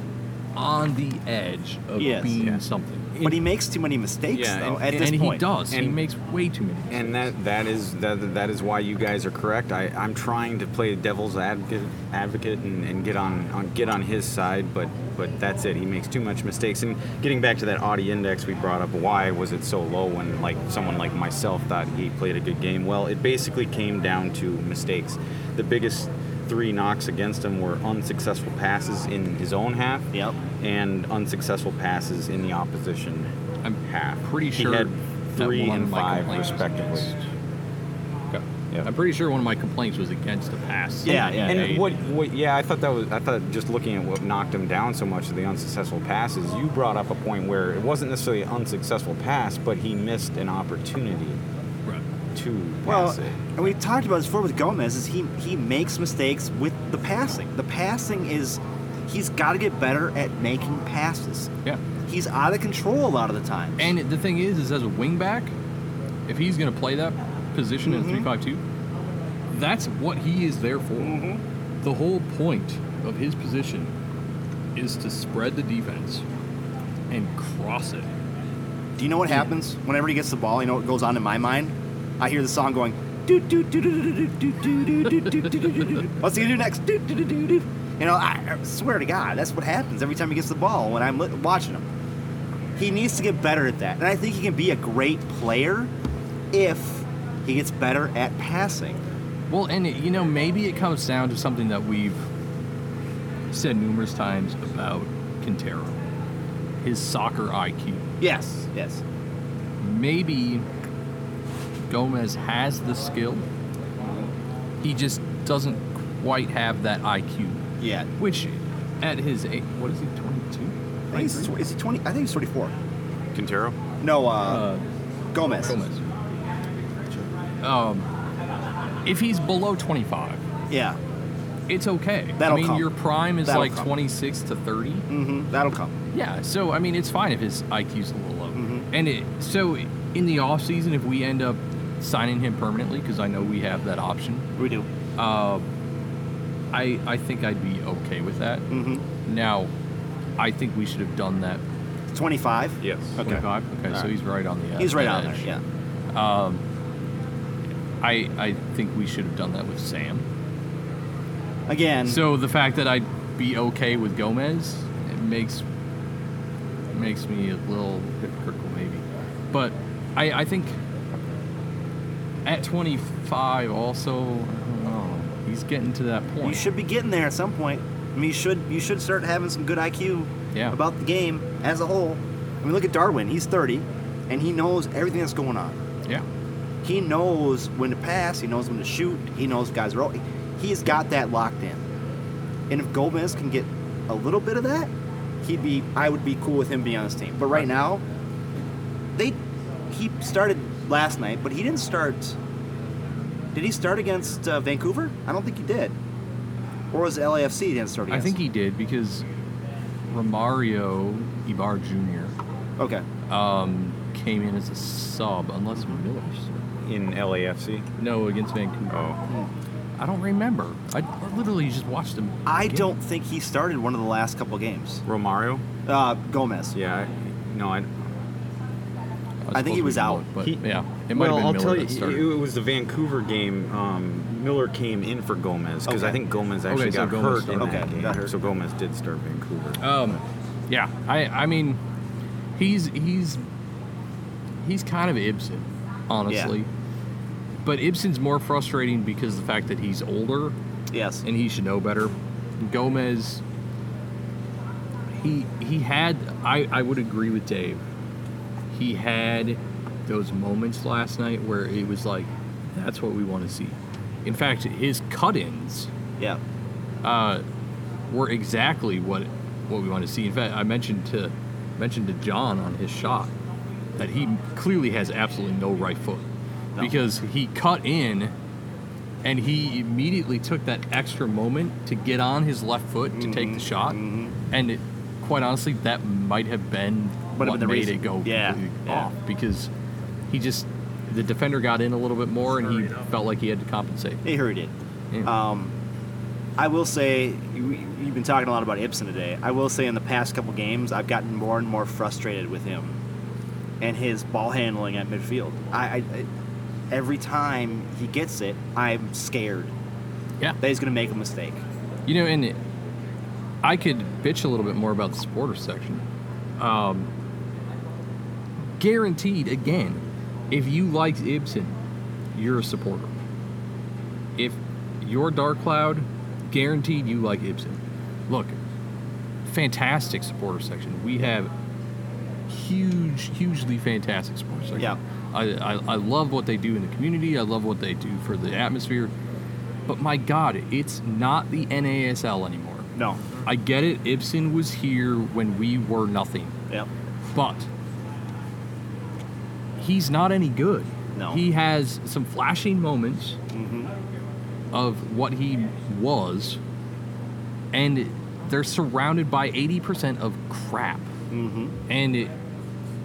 on the edge of Yes. being Yeah. something, But he makes too many mistakes Yeah, though. and- at this and point, he does. he And- makes way too many. And that that is that that is why you guys are correct. I I'm trying to play devil's advocate advocate and, and get on, on get on his side, but but that's it. He makes too much mistakes. And getting back to that Audi index we brought up, why was it so low when like someone like myself thought he played a good game? Well, it basically came down to mistakes. The biggest three knocks against him were unsuccessful passes in his own half Yep. and unsuccessful passes in the opposition I'm half. pretty He sure had that three one of and my five complaints was respectively. against- Okay. Yeah. I'm pretty sure one of my complaints was against the pass. Yeah, yeah. And Made. what, what? Yeah, I thought that was. I thought just looking at what knocked him down so much, the unsuccessful passes. You brought up a point where it wasn't necessarily an unsuccessful pass, but he missed an opportunity Right. to Well, pass it. and we talked about this before with Gomez. Is he he makes mistakes with the passing. The passing is he's got to get better at making passes. Yeah. He's out of control a lot of the time. And the thing is, is as a wingback, if he's going to play that position in a three-five-two, that's what he is there for. The whole point of his position is to spread the defense and cross it. do you know what happens whenever he gets the ball? You know what goes on in my mind? I hear the song going. "Doo, doo, doo, doo, doo, doo, doo, doo, doo, doo, doo, doo, doo, doo, doo." What's he gonna do next? Doo, doo, doo, doo, doo. You know, I I swear to God, that's what happens every time he gets the ball when I'm li- watching him. He needs to get better at that. And I think he can be a great player if he gets better at passing. Well, and it, you know, maybe it comes down to something that we've said numerous times about Quintero. his soccer IQ. Yes, yes. Maybe Gomez has the skill. He just doesn't quite have that IQ, Yeah. which at his age, what is he, 22? I think he's, tw- is he 20? I think he's 24. Quintero? No, uh, Uh, Gomez. Gomez. Um, if he's below 25, Yeah. it's okay. That'll I mean, come. your prime is That'll like come. 26 to 30. Mm-hmm. That'll come. Yeah, so I mean, it's fine if his IQ's a little low. Mhm. And it, so in the off season, if we end up signing him permanently, because I know we have that option, We do. uh, I I think I'd be okay with that. Mm-hmm. Now, I think we should have done that. 25. Yes. Okay. 25. Okay, All so right. he's right on the. uh, He's right that on there. edge. Yeah. Um, I I think we should have done that with Sam. Again. So the fact that I'd be okay with Gomez it makes makes me a little hypocritical, maybe. But I I think at 25 also, I don't know. He's getting to that point. you should be getting there at some point. I mean, you should you should start having some good IQ Yeah. about the game as a whole. I mean, look at Darwin. He's 30, and he knows everything that's going on. Yeah. He knows when to pass. He knows when to shoot. He knows guys are. o- He's got that locked in. And if Gomez can get a little bit of that, he'd be. I would be cool with him being on this team. But right now, they he started last night, but he didn't start. Did he start against uh, Vancouver? I don't think he did. Or was it LAFC he didn't start I against? think he did because Romario Ibar Jr. Okay. Um, came in as a sub, unless Miller. In LAFC? No, against Vancouver. Oh. I don't remember. I literally just watched him. I don't think he started one of the last couple games. Romario? Uh, Gomez. Yeah. I, no, I. I think he was out. but He- yeah, it might have well, been I'll Miller tell that you, started. it was the Vancouver game. Um, Miller came in for Gomez because Okay. I think Gomez actually Okay, so got Gomez hurt in started. that Okay, game. got hurt. So Gomez did start Vancouver. um, yeah, I I mean, he's he's he's kind of Ibsen, honestly. But Ibsen's more frustrating because of the fact that he's older Yes. and he should know better. Gomez, he he had. I I would agree with Dave. He had those moments last night where it was like, that's what we want to see. In fact, his cut-ins Yeah. uh, were exactly what what we want to see. In fact, I mentioned to mentioned to John on his shot that he clearly has absolutely no right foot No. because he cut in and he immediately took that extra moment to get on his left foot to take Mm-hmm. the shot, and it, quite honestly, that might have Might been have what been the made reason. it go Yeah, completely yeah. off because he just. The defender got in a little bit more, and he Hurried up. felt like he had to compensate. He heard it. Yeah. Um, I will say, you, you've been talking a lot about Ibsen today. I will say, in the past couple games, I've gotten more and more frustrated with him and his ball handling at midfield. I, I, I every time he gets it, I'm scared yeah, that he's going to make a mistake. You know, and I could bitch a little bit more about the supporter section. Um, guaranteed, again, if you liked Ibsen, you're a supporter. If you're Dark Cloud, guaranteed you like Ibsen. Look, fantastic supporter section. We have huge, hugely fantastic supporter section. Yeah. I, I, I love what they do in the community. I love what they do for the atmosphere. But my God, it's not the NASL anymore. No. I get it, Ibsen was here when we were nothing, Yep. but he's not any good. No. He has some flashing moments of what he was, and they're surrounded by 80% of crap. Mm-hmm. And it,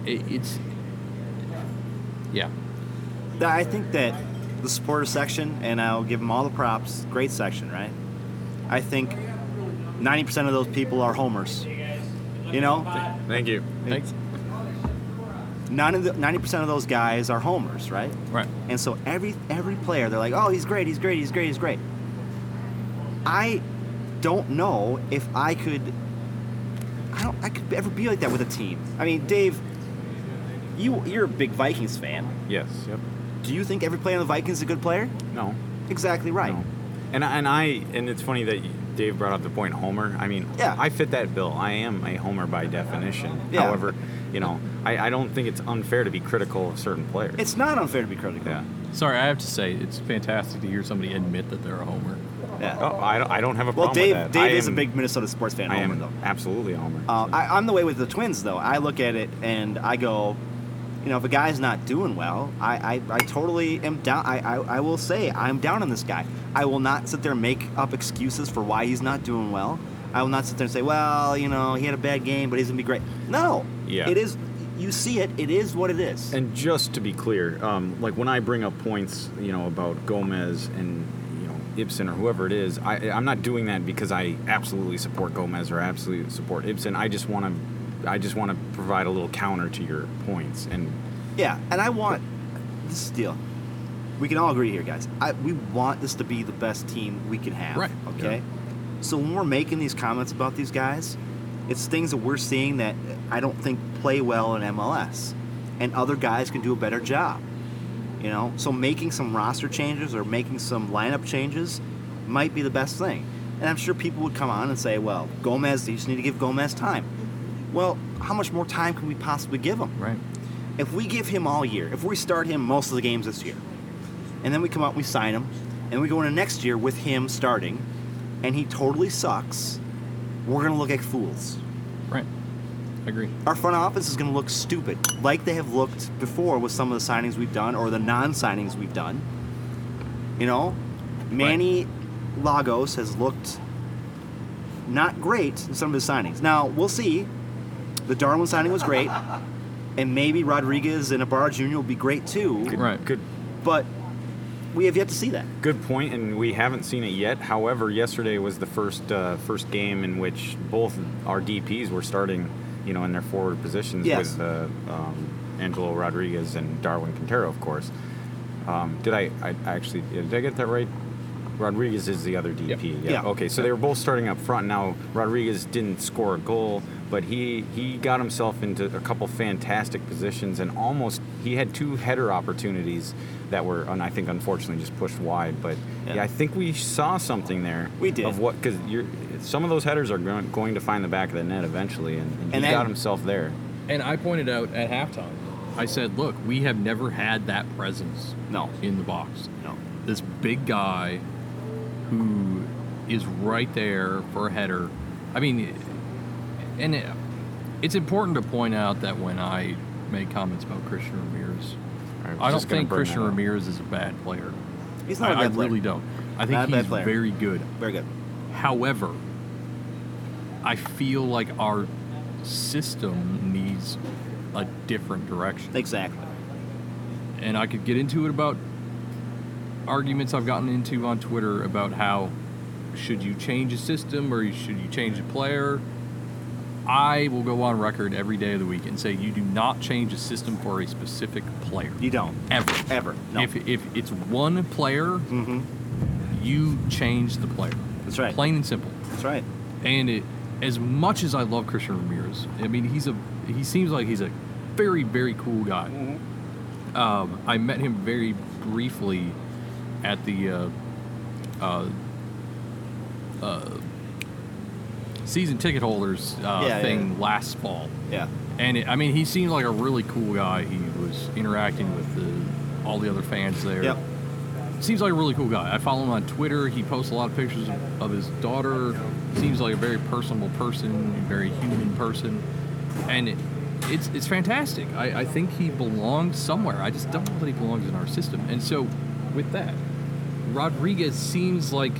it it's, yeah. Th- I think that the supporter section, and I'll give them all the props. Great section, right? I think ninety percent of those people are homers. You know, Thank you. Thanks. ninety percent of those guys are homers, right? Right. And so every every player, they're like, "Oh, he's great, he's great, he's great, he's great." I don't know if I could. I don't. I could ever be like that with a team. I mean, Dave, you you're a big Vikings fan. Yes. Yep. Do you think every player on the Vikings is a good player? No. Exactly right. No. And I- and I and it's funny that you- Dave brought up the point, Homer. I mean, Yeah. I fit that bill. I am a Homer by definition. Yeah. However, you know, I, I don't think it's unfair to be critical of certain players. It's not unfair to be critical. yeah. Sorry, I have to say, it's fantastic to hear somebody admit that they're a homer. Yeah. Oh, I don't, I don't have a well, problem Dave, with that. Dave I is a am- big Minnesota sports fan. I Homer, am though. absolutely a Homer. Uh, so. I, I'm the way with the Twins, though. I look at it and I go, you know, if a guy's not doing well, I, I, I totally am down. I, I, I will say I'm down on this guy. I will not sit there and make up excuses for why he's not doing well. I will not sit there and say, well, you know, he had a bad game, but he's gonna be great. No. Yeah. It is. You see it. It is what it is. And just to be clear, um, like when I bring up points, you know, about Gomez and you know Ibsen or whoever it is, I, I'm not doing that because I absolutely support Gomez or absolutely support Ibsen. I just want to, I just want to provide a little counter to your points. And Yeah, and I want this is the deal. We can all agree here, guys. I, we want this to be the best team we can have. Right. Okay. So when we're making these comments about these guys, it's things that we're seeing that I don't think play well in MLS, and other guys can do a better job. You know, so making some roster changes or making some lineup changes might be the best thing. And I'm sure people would come on and say, "Well, Gomez, you just need to give Gomez time." Well, how much more time can we possibly give him? Right. if we give him all year, if we start him most of the games this year, and then we come out and we sign him, and we go into next year with him starting, and he totally sucks, we're going to look like fools. Right. I agree. Our front office is going to look stupid, like they have looked before with some of the signings we've done or the non signings we've done. You know, Manny Lagos has looked not great in some of his signings. Now, we'll see. The Darwin signing was <laughs> great. And maybe Rodriguez and Ibarra Jr. will be great too, good, Right. good, but we have yet to see that. good point, And we haven't seen it yet. However, yesterday was the first uh, first game in which both our DPS were starting, you know, in their forward positions Yes. with uh, um, Angelo Rodriguez and Darwin Quintero, of course. Um, did I, I I actually did I get that right? Rodriguez is the other DP. Yeah. Okay, so they were both starting up front. Now Rodriguez didn't score a goal, but he he got himself into a couple fantastic positions and almost he had two header opportunities that were and I think unfortunately just pushed wide. But Yeah. yeah, I think we saw something there. We did. of what because you're some of those headers are going, going to find the back of the net eventually, and, and he And that- got himself there. And I pointed out at halftime, I said, look, we have never had that presence No. in the box. No. This big guy who is right there for a header. I mean, and it, it's important to point out that when I made comments about Christian Ramirez, was I don't just gonna think bring Christian that up. Ramirez is a bad player. He's I not a I bad player. really don't. I Not think a bad he's player. very good. Very good. However, I feel like our system needs a different direction. Exactly. And I could get into it about arguments I've gotten into on Twitter about how should you change a system or should you change a player. I will go on record every day of the week and say you do not change a system for a specific player. You don't. Ever. Ever. No. If, if it's one player, you change the player. Mm-hmm. That's right. Plain and simple. That's right. And it, as much as I love Christian Ramirez, I mean, he's a he seems like he's a very very cool guy. Um, I met him very briefly at the uh, uh, uh, season ticket holders uh, Yeah, thing last fall, Yeah. and it, I mean, he seemed like a really cool guy. He was interacting with the, all the other fans there. Yep. Seems like a really cool guy. I follow him on Twitter. He posts a lot of pictures of, of his daughter. Seems like a very personable person, a very human person, and it, it's it's fantastic. I, I think he belongs somewhere. I just don't know that he belongs in our system. And so, with that, Rodriguez seems like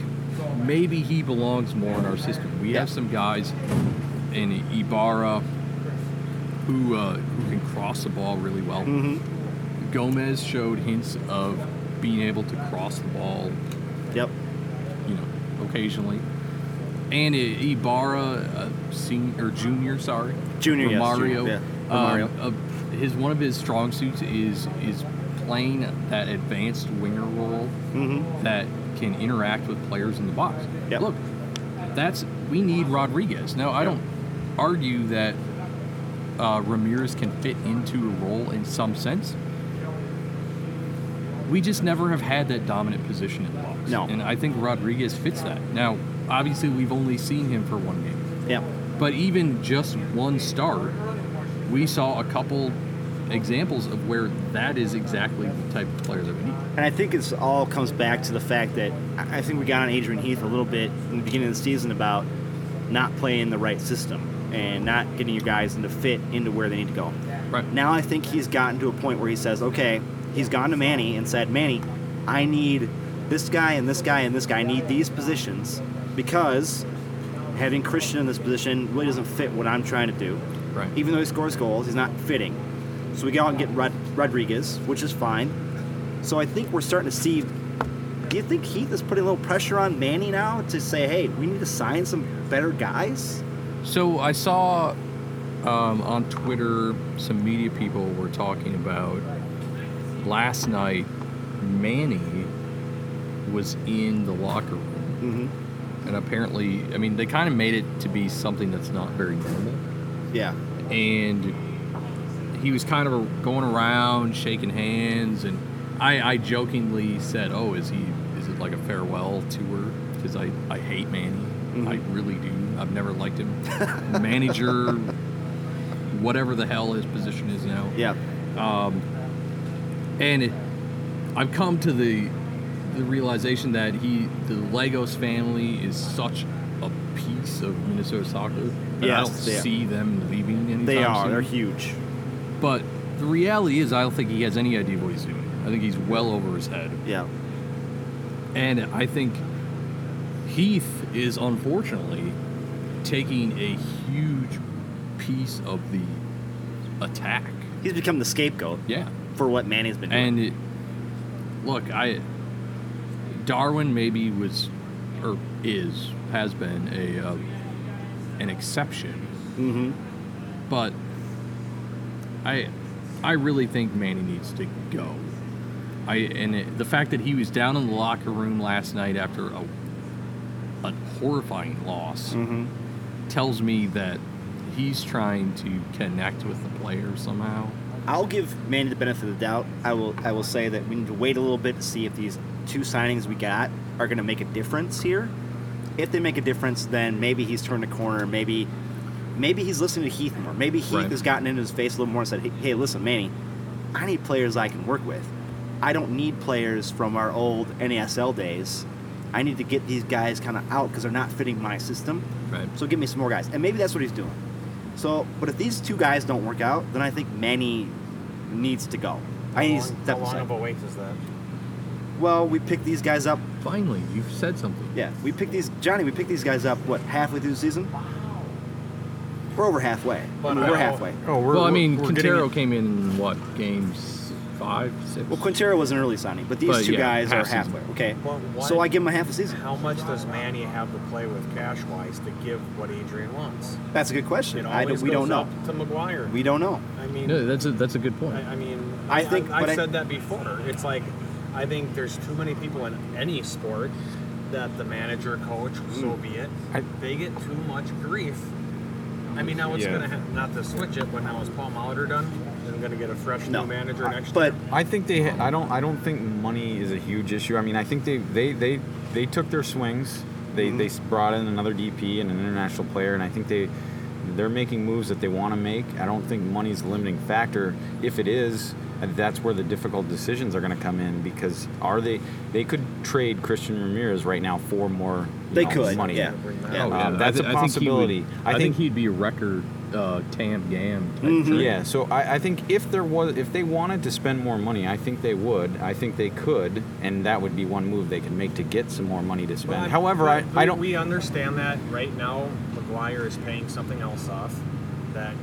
maybe he belongs more in our system. We have some guys in Ibarra who uh, who can cross the ball really well. Gomez showed hints of being able to cross the ball, Yep. you know, occasionally. And I- Ibarra, uh, senior or junior, sorry, Junior, yes, Romario, junior, yeah, Romario. um, uh, his one of his strong suits is is playing that advanced winger role that can interact with players in the box. Mm-hmm. Yep. Look, that's we need Rodriguez. Now I don't argue that uh, Ramirez can fit into a role in some sense. We just never have had that dominant position in the box. No. And I think Rodriguez fits that. Now, obviously we've only seen him for one game. Yeah. But even just one start, we saw a couple examples of where that is exactly the type of player that we need. And I think it's all comes back to the fact that I I think we got on Adrian Heath a little bit in the beginning of the season about not playing the right system and not getting your guys into fit into where they need to go. Right. Now I think he's gotten to a point where he says, okay, he's gone to Manny and said, Manny, I need this guy and this guy and this guy. I need these positions because having Christian in this position really doesn't fit what I'm trying to do. Right. Even though he scores goals, he's not fitting. So we go out and get Rod- Rodriguez, which is fine. So I think we're starting to see. Do you think Heath is putting a little pressure on Manny now to say, hey, we need to sign some better guys? So I saw um, on Twitter some media people were talking about last night. Manny was in the locker room, Mm-hmm. and apparently, I mean, they kind of made it to be something that's not very normal. Yeah. and he was kind of going around shaking hands and I, I jokingly said oh is he is it like a farewell tour because I, I hate manny i really do i've never liked him manager whatever the hell his position is now Yeah. and it, I've come to the the realization that he, the Lagos family, is such a piece of Minnesota soccer. that I Yes, don't they are. see them leaving anytime They are. soon. They're huge. But the reality is, I don't think he has any idea what he's doing. I think he's well over his head, Yeah. and I think Heath is unfortunately taking a huge piece of the attack. He's become the scapegoat Yeah. for what Manny's been doing. And it, look, I Darwin maybe was or is has been a uh, an exception, mm-hmm. but I I really think Manny needs to go. I and it, the fact that he was down in the locker room last night after a a horrifying loss tells me that he's trying to connect with the player somehow. I'll give Manny the benefit of the doubt. I will. I will say that we need to wait a little bit to see if these two signings we got are going to make a difference here. If they make a difference, then maybe he's turned a corner. Maybe, maybe he's listening to Heath more. Maybe Heath Right. has gotten into his face a little more and said, "Hey, hey, listen, Manny, I need players I can work with. I don't need players from our old NASL days. I need to get these guys kind of out because they're not fitting my system. Right. So give me some more guys. And maybe that's what he's doing. So, but if these two guys don't work out, then I think Manny needs to go. I How need long, to step how long aside. of a wait is that? Well, we picked these guys up. Finally, you've said something. Yeah, we picked these. Johnny, we picked these guys up. What halfway through the season? We're over halfway. But uh, I mean, I we're don't- halfway. Oh, we're, well, I mean, we're, Quintero came in what games five, six? Well, Quintero was an early signing, but these But, two yeah, guys are half season. halfway. Okay, Well, why- so I give him a half a season. How much does Manny have to play with cash wise to give what Adrian wants? That's a good It question. I don't, always we goes don't know. up to McGuire. We don't know. I mean, no, that's a that's a good I, point. I mean, I think- I, but I- have said that before. It's like I think there's too many people in any sport that the manager, coach, Mm. so be it, I- they get too much grief. I mean, now it's Yeah. gonna ha- not to switch it, but now is Paul Molitor done? They're gonna get a fresh No. new manager next But year. I think they. I don't. I don't think money is a huge issue. I mean, I think they they they, they took their swings. They Mm-hmm. they s- brought in another DP and an international player, and I think they they're making moves that they want to make. I don't think money's a limiting factor. If it is, uh, that's where the difficult decisions are going to come in because are they they could trade Christian Ramirez right now for more you They know, could, money. yeah. Yeah. Oh, Um, yeah, that's I thi- a I think he would- possibility. I, I think, think- Mm-hmm. he'd be a record uh, Tam Gam. Type Mhm. trade. Yeah, so I, I think if there was if they wanted to spend more money, I think they would. I think they could, and that would be one move they could make to get some more money to spend. Well, I- However, I, we- I don't We understand that right now, McGuire is paying something else off that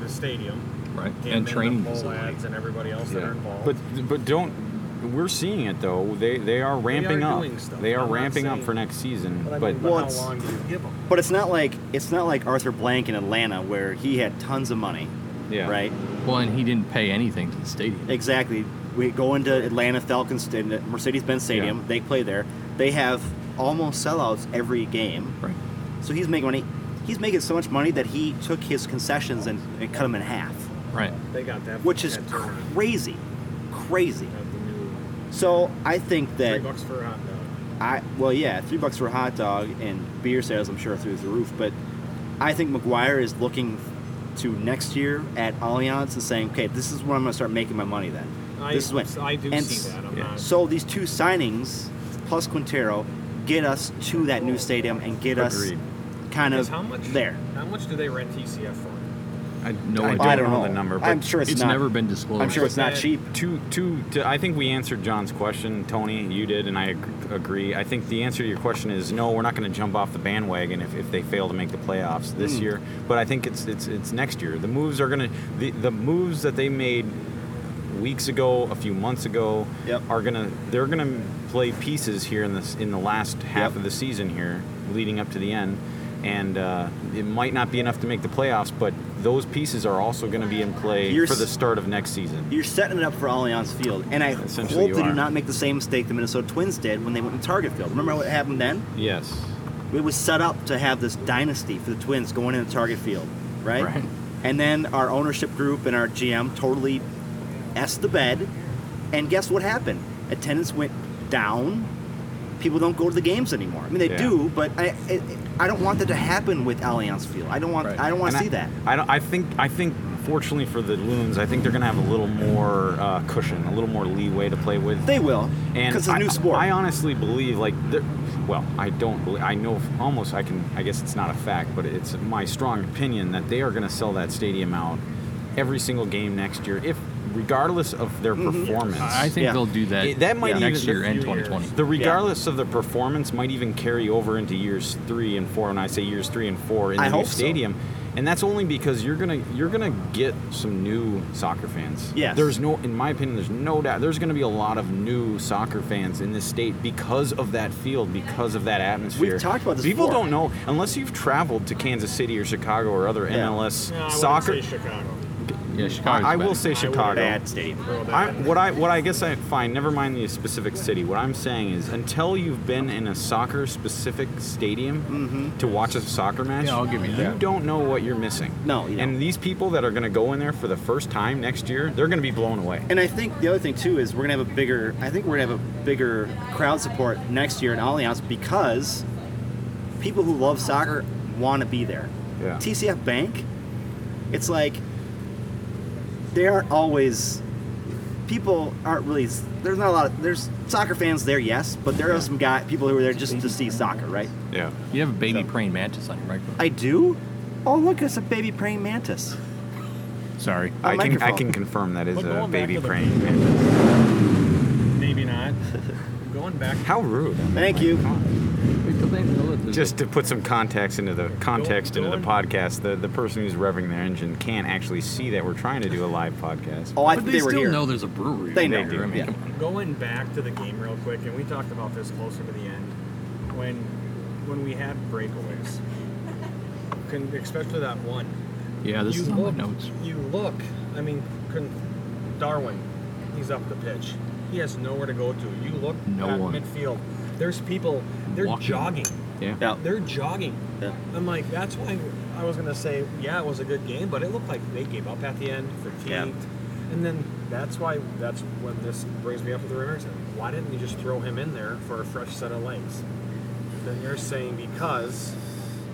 the stadium right. came in, And the training poll facility. ads and everybody else that are yeah. involved. But but don't we're seeing it though. They they are ramping up. doing stuff. They are I'm not ramping up saying- for next season. But, I But, mean, Well, but how it's- long do you give them? But it's not like it's not like Arthur Blank in Atlanta where he had tons of money, yeah, right? Well, and he didn't pay anything to the stadium. Exactly. We go into Atlanta Falcons and Mercedes-Benz Stadium. Yeah. They play there. They have almost sellouts every game. Right. So he's making money. He's making so much money that he took his concessions and, and cut them in half, Right. They got that. which is that turnaround. crazy, crazy. Got the new So I think three that bucks for a hot dog. I well, yeah, three bucks for a hot dog and beer sales, I'm sure, are through the roof. But I think McGuire is looking to next year at Allianz and saying, okay, this is where I'm going to start making my money. Then I, this is when I do and see that. I'm yeah. not, So these two signings plus Quintero get us to that new stadium and get Agreed. us kind of Is how much there. How much do they rent TCF for? I, no I, idea. don't, I don't know, know. the number. But I'm sure it's It's, not- never been disclosed. I'm sure it's not that- cheap. Two, two, to, I think we answered John's question, Tony. You did, and I ag- agree. I think the answer to your question is no. We're not going to jump off the bandwagon if, if they fail to make the playoffs this Hmm. year. But I think it's it's it's next year. The moves are going to the, the moves that they made weeks ago, a few months ago, Yep. are going to they're going to play pieces here in this in the last half Yep. of the season here, leading up to the end. And uh, it might not be enough to make the playoffs, but those pieces are also going to be in play You're for the s- start of next season. You're setting it up for Allianz Field, and I hope Essentially they you do are. not make the same mistake the Minnesota Twins did when they went to Target Field. Remember what happened then? Yes. It was set up to have this dynasty for the Twins going into Target Field, right? Right. And then our ownership group and our GM totally s the bed, and guess what happened? Attendance went down. People don't go to the games anymore. I mean, they Yeah. do, but I, I I don't want that to happen with Allianz Field. I don't want Right. I don't want to And see I, that. I, don't, I think I think fortunately for the Loons, I think they're going to have a little more uh, cushion, a little more leeway to play with. They will and because it's I, a new sport. I honestly believe like they're- well, I don't believe I know almost I can I guess it's not a fact, but it's my strong opinion that they are going to sell that stadium out every single game next year if regardless of their Mm-hmm. performance. I think Yeah. they'll do that. It- that might even- next year and few years. 2020. The regardless of the performance might even carry over into years three and four. And I say years three and four in the I new hope so. stadium, and that's only because you're gonna you're gonna get some new soccer fans. Yes. There's no, in my opinion, there's no doubt. There's gonna be a lot of new soccer fans in this state because of that field, because of that atmosphere. talked about this People before. don't know unless you've traveled to Kansas City or Chicago or other Yeah. MLS No, I wouldn't soccer. say Chicago. Yeah, Chicago's I, I will better. say I would- Chicago. Bad stadium. Well, that- I, what I what I guess I find never mind the specific city. What I'm saying is until you've been in a soccer specific stadium to watch a soccer match, Mm-hmm. Yeah, I'll give you that. don't know what you're missing. No, you and don't. these people that are going to go in there for the first time next year, they're going to be blown away. And I think the other thing too is we're gonna have a bigger. I think we're gonna have a bigger crowd support next year in Allianz because people who love soccer want to be there. Yeah. TCF Bank, it's like they aren't always. People aren't really. There's not a lot. Of, there's soccer fans there, yes, but there are some guy people who are there just to see soccer, right? Yeah, You have a baby praying mantis on your microphone. I do. Oh look, it's a baby praying mantis. sorry, A I can I microphone. can confirm that is But a going back baby to the- praying. <laughs> Maybe <laughs> not. going back. How rude! Thank you. Just to put some context into the context Go- go into the on. podcast, the, the person who's revving their engine can't actually see that we're trying to do a live podcast. Oh, I but think they, they, were still here. know there's a brewery. They over know, there. I mean, yeah. come on. Going back to the game real quick, and we talked about this closer to the end, when when we had breakaways, can, especially that one. Yeah, this you is on my look, notes. You look. I mean, couldn't, Darwin, he's up the pitch. He has nowhere to go to. You look No at one. midfield. There's people. They're Walking. jogging. Yeah. Yeah. They're jogging. Yeah. I'm like, that's why I was gonna say, yeah, it was a good game, but it looked like they gave up at the end, fatigued, Yeah. and then that's why that's when this brings me up to the rumors. Why didn't you just throw him in there for a fresh set of legs? Then you're saying because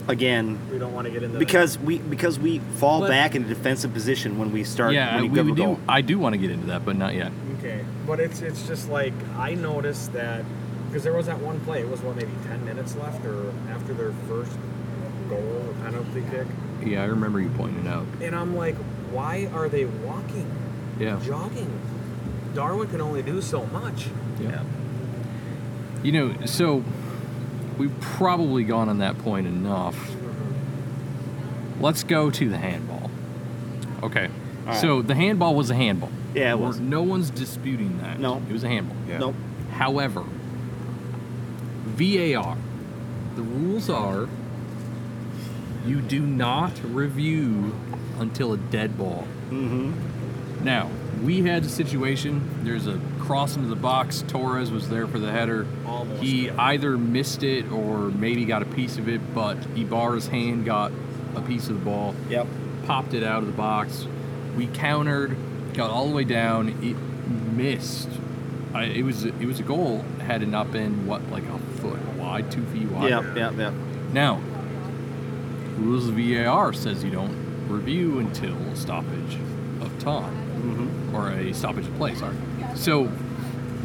Again, we don't want to get into because we because we fall But- back in a defensive position when we start. yeah, when we, we give a do. goal. I do want to get into that, but not yet. Okay, but it's it's just like I noticed that because there was that one play. It was what maybe ten minutes left, or after their first goal or penalty kick, Yeah, I remember you pointing it out. and I'm like, why are they walking, Yeah. jogging? Darwin can only do so much. Yeah. You know, so we've probably gone on that point enough. Let's go to the handball. Okay. So the handball was a handball. Yeah, it We're- was. No one's disputing that. No. It was a handball. Yeah. Nope. However, VAR, the rules are you do not review until a dead ball. Mm-hmm. Now, we had a situation, there's a cross into the box, Torres was there for the header. Almost. He either missed it or maybe got a piece of it, but Ibarra's hand got a piece of the ball Yep. popped it out of the box. We countered, got all the way down. It missed I, it was it was a goal had it not been what like a foot wide, two feet wide. Yeah, yeah, yeah. Now, rules of VAR says you don't review until a stoppage of time Mm-hmm. or a stoppage of play. Sorry. So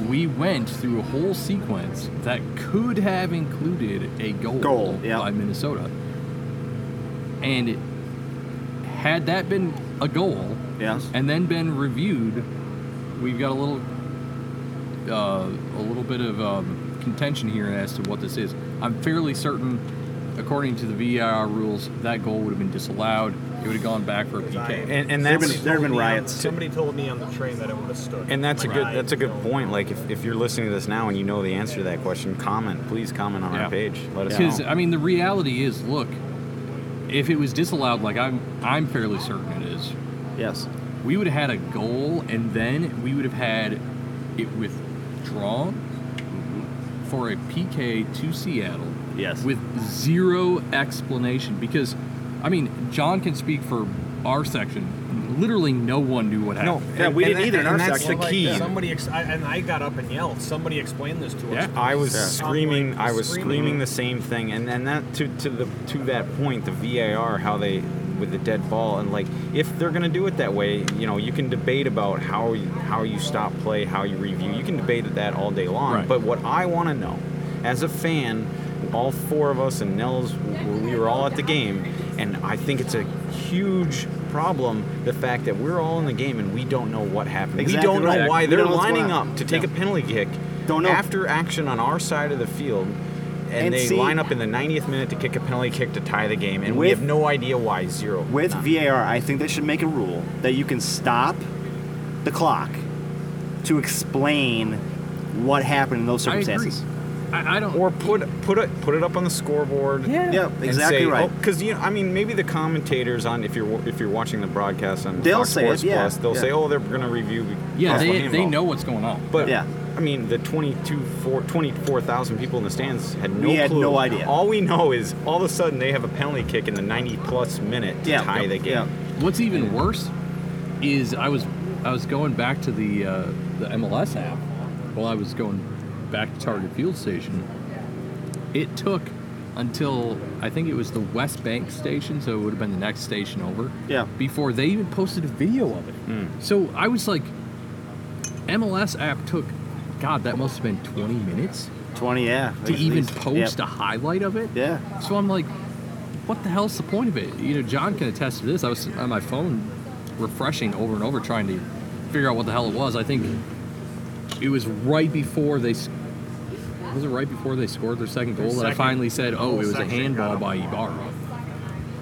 we went through a whole sequence that could have included a goal, Goal, yeah. by Minnesota, and it, had that been a goal Yes. and then been reviewed, we've got a little uh, a little bit of um, contention here as to what this is. I'm fairly certain, according to the VAR rules, that goal would have been disallowed. It would have gone back for a PK. And, and There've that's been- there've been Somebody on- riots. Somebody told me on the train that it would have stood. And that's a Like, good I that's a good don't- point. Like if, if you're listening to this now and you know the answer to that question, comment. Please comment on Yeah. our page. Let us Because uh, know. I mean, the reality is, look, if it was disallowed, like I'm, I'm fairly certain it is. Yes. We would have had a goal, and then we would have had it withdrawn for a PK to Seattle. Yes. with zero explanation because I mean John can speak for our section. Literally no one knew what happened. Yeah, we didn't either in And, our that's section. the Well, like, key. Somebody ex- I, and I got up and yelled. Somebody explained this to Yeah. us. I was Yeah. screaming. Sound like I was screaming. screaming. the same thing, and and that to to the to that point, the VAR, how they with the dead ball, and like if they're gonna do it that way, you know, you can debate about how you, how you stop play, how you review. You can debate that all day long. Right. But what I want to know, as a fan, all four of us and Nels, w- we were all at the game, and I think it's a huge problem the fact that we're all in the game and we don't know what happened. Exactly we don't know right. why We they're don't know what's lining going on. up to take Yeah. a penalty kick Don't know. after action on our side of the field and, And they see- line up in the 90th minute to kick a penalty kick to tie the game and we With- have no idea why zero With None. VAR, I think they should make a rule that you can stop the clock to explain what happened in those I agree. circumstances. I, I don't. or put put it put it up on the scoreboard yeah. Yeah, exactly right. Because you know, I mean, maybe the commentators on if you're if you're watching the broadcast on They'll Fox say it, Sports yeah, Plus, they'll yeah. say, "Oh, they're going to review." Yeah, Cross they, handball." they know what's going on. But Yeah. I mean, the 22, four- 24,000 people in the stands had no We had clue. no idea. All we know is all of a sudden they have a penalty kick in the 90 plus minute to Yeah, tie yep, the game. yeah. What's even worse is I was I was going back to the uh, the MLS app while I was going back to Target Fuel Station. It took until I think it was the West Bank station, so it would have been the next station over. Yeah. Hmm. Before they even posted a video of it. So I was like, MLS app took, God, that must have been 20 minutes 20, yeah. to at even least. Yep. post a highlight of it. Yeah. So I'm like, what the hell's the point of it? You know, John can attest to this. I was on my phone refreshing over and over trying to figure out what the hell it was. I think it was right before they s- was it right before they scored their second goal that I second- finally said, "Oh, it was a section got handball 'em. by Ibarra."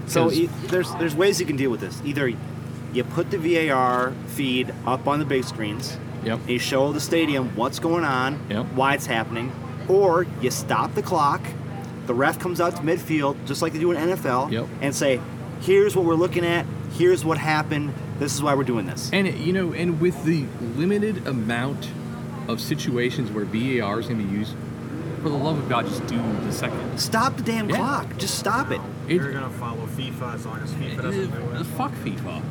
So 'Cause- e- there's there's ways you can deal with this. Either you put the VAR feed up on the big screens, Yep. you show the stadium what's going on, Yep. why it's happening, or you stop the clock. The ref comes out to midfield, just like they do in NFL, Yep. and say, "Here's what we're looking at. Here's what happened. This is why we're doing this." And you know, and with the limited amount of situations where VAR is going to be used, for the love of God, just do the second. Stop the damn Yeah. clock. Just stop it. It, You're gonna follow FIFA as long as FIFA doesn't do uh, it. fuck FIFA.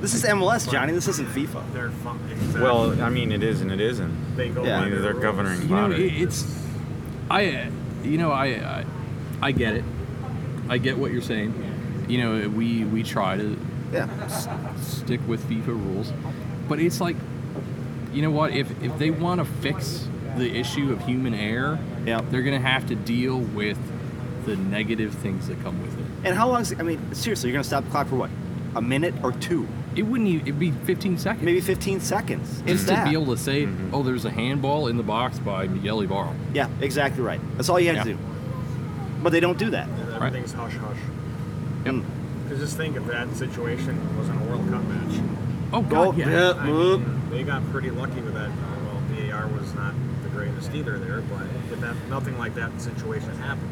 This is MLS, Johnny. This isn't FIFA. They're fun. Exactly. Well, I mean, it is and it isn't. they go yeah. by Neither their they're rules. governing you know, body. it, it's I, uh, you know, I, I, I get it. I get what you're saying. You know, we we try to Yeah. s- stick with FIFA rules, but it's like, you know what? If if they want to fix the issue of human error, Yeah. they're gonna have to deal with the negative things that come with it. And how long? I mean, seriously, you're gonna stop the clock for what? A minute or two? It wouldn't. Even, it'd be 15 seconds. Maybe 15 seconds. If Just to that. Mm-hmm. be able to say, "Oh, there's a handball in the box by Miguel Ibarra." Yeah, exactly right. That's all you had to Yeah. do. But they don't do that. Everything's hush hush. Yep. Because just think if that situation was in a World Cup match. Oh Go. God, yeah. Yeah. I Whoop. mean, they got pretty lucky with that. Well, VAR was not the greatest either there, but if that, nothing like that situation happened.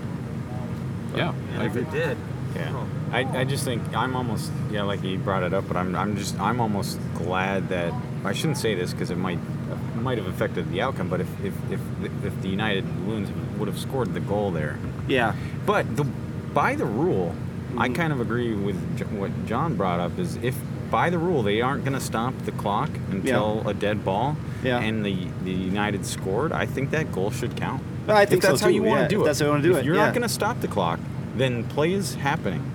Yeah, And I if agree. it did, Yeah. oh, I, I just think I'm almost yeah like you brought it up, but I'm, I'm just I'm almost glad that I shouldn't say this because it might it might have affected the outcome. But if if, if, if the United Loons would have scored the goal there, Yeah. Mm. but the by the rule, I kind of agree with J- what John brought up is if by the rule, they aren't going to stop the clock until a dead ball. Yeah. And the the United scored. I think that goal should count. Well, I think if that's so how too, you want yeah, to do if it. that's how you wanna do If it, You're yeah. not going to stop the clock. Then play is happening.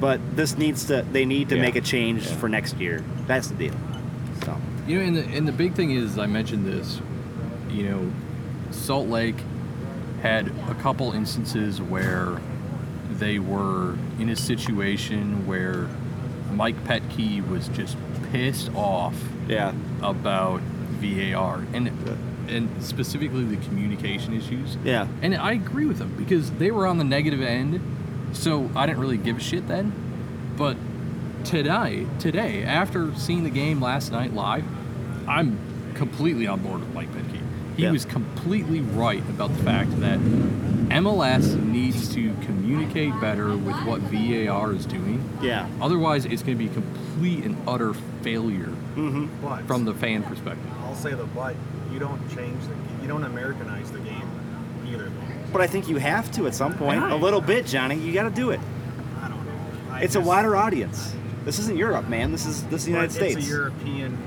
But this needs to. They need to Yeah. make a change Yeah. for next year. That's the deal. So You know, and the, and the big thing is, I mentioned this, you know, Salt Lake had a couple instances where they were in a situation where Mike Petke was just pissed off yeah, about VAR and and specifically the communication issues. yeah, And I agree with them because they were on the negative end, so I didn't really give a shit then. But today, today, after seeing the game last night live, I'm completely on board with Mike Petke. He Yeah. was completely right about the fact that MLS needs to communicate better with what VAR is doing. yeah. Otherwise, it's going to be complete and utter failure But from the fan perspective. I'll say the but. You don't change the. You don't Americanize the game either. Though. But I think you have to at some point. A little bit, Johnny. You got to do it. I don't know. I It's a just- wider audience. This isn't Europe, man. This is this is the but United States. It's a European.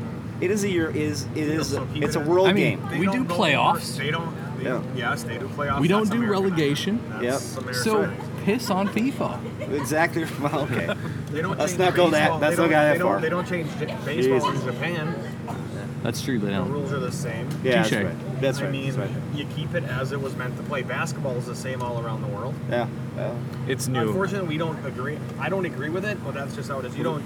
It is a year. Is it deal, is so a, keep it's it a in- world I mean, game. They We don't do go playoffs. over- They don't. They, Yeah. Yes, they do playoffs. We don't That's do Americanized. relegation. That's Yep. So Americanized. piss on FIFA. Exactly. <laughs> Well, <laughs> okay. They don't Let's change not go that- baseball- let's they not go don't- that they don't- far. They don't change j- baseball in Jesus. Japan. That's true, they The don't. rules are the same. Yeah, Touche. that's right. That's I right. mean, that's right. you keep it as it was meant to play. Basketball is the same all around the world. Yeah. Well, It's new. Unfortunately, we don't agree. I don't agree with it, but that's just how it is. You don't.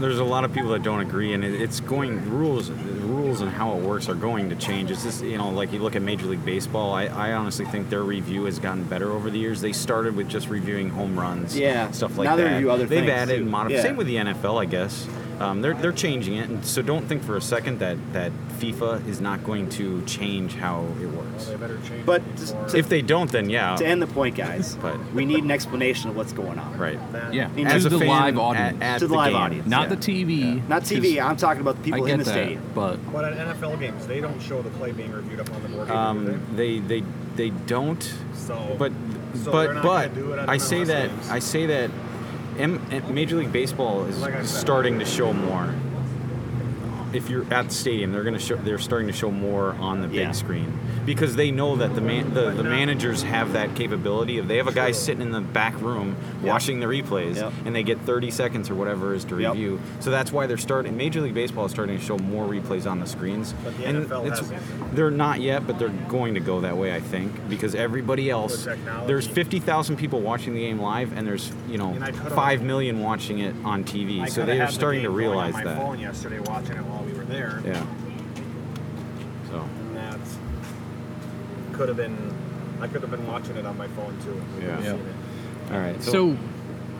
There's a lot of people that don't agree, and it, it's going the rules. The rules and how it works are going to change. It's just you know, like you look at Major League Baseball. I, I honestly think their review has gotten better over the years. They started with just reviewing home runs, Yeah. stuff like Now they that. review other They've things, added too. and modified. Yeah. Same with the NFL, I guess. Um, they're they're changing it, and so don't think for a second that that FIFA is not going to change how it works. They better change. But it just before If they don't, then yeah, to end the point, guys, But- we need an explanation of what's going on. right. that- Yeah, You to As a the fan, live at- audience, at To the the live game. audience. not yeah. the TV. Not TV. 'cause I'm talking about the I people get in the that, stadium. but But at NFL games, they don't show the play being reviewed up on the board. either, do Um, they they they don't. they? so, But so they're but not but gonna do it at I say MLS that games. I say that M- M- Major League Baseball is Like I said. starting to show more. If you're at the stadium, they're gonna show. They're starting to show more on the big Yeah. screen because they know that the man, the, the managers have that capability. If they have a guy sitting in the back room watching the replays, Yep. and they get 30 seconds or whatever is to Yep. review, so that's why they're starting. Major League Baseball is starting to show more replays on the screens, But the and NFL it's hasn't. they're not yet, but they're going to go that way, I think, because everybody else. The technology. There's 50,000 people watching the game live, and there's you know And I could've- 5 million watching it on TV. I so kinda they are had the starting to game going on realize my that. phone yesterday watching it while we were there. Yeah. So And that could have been. I could have been watching it on my phone too. We Yeah. could've Yeah. seen it. all right. so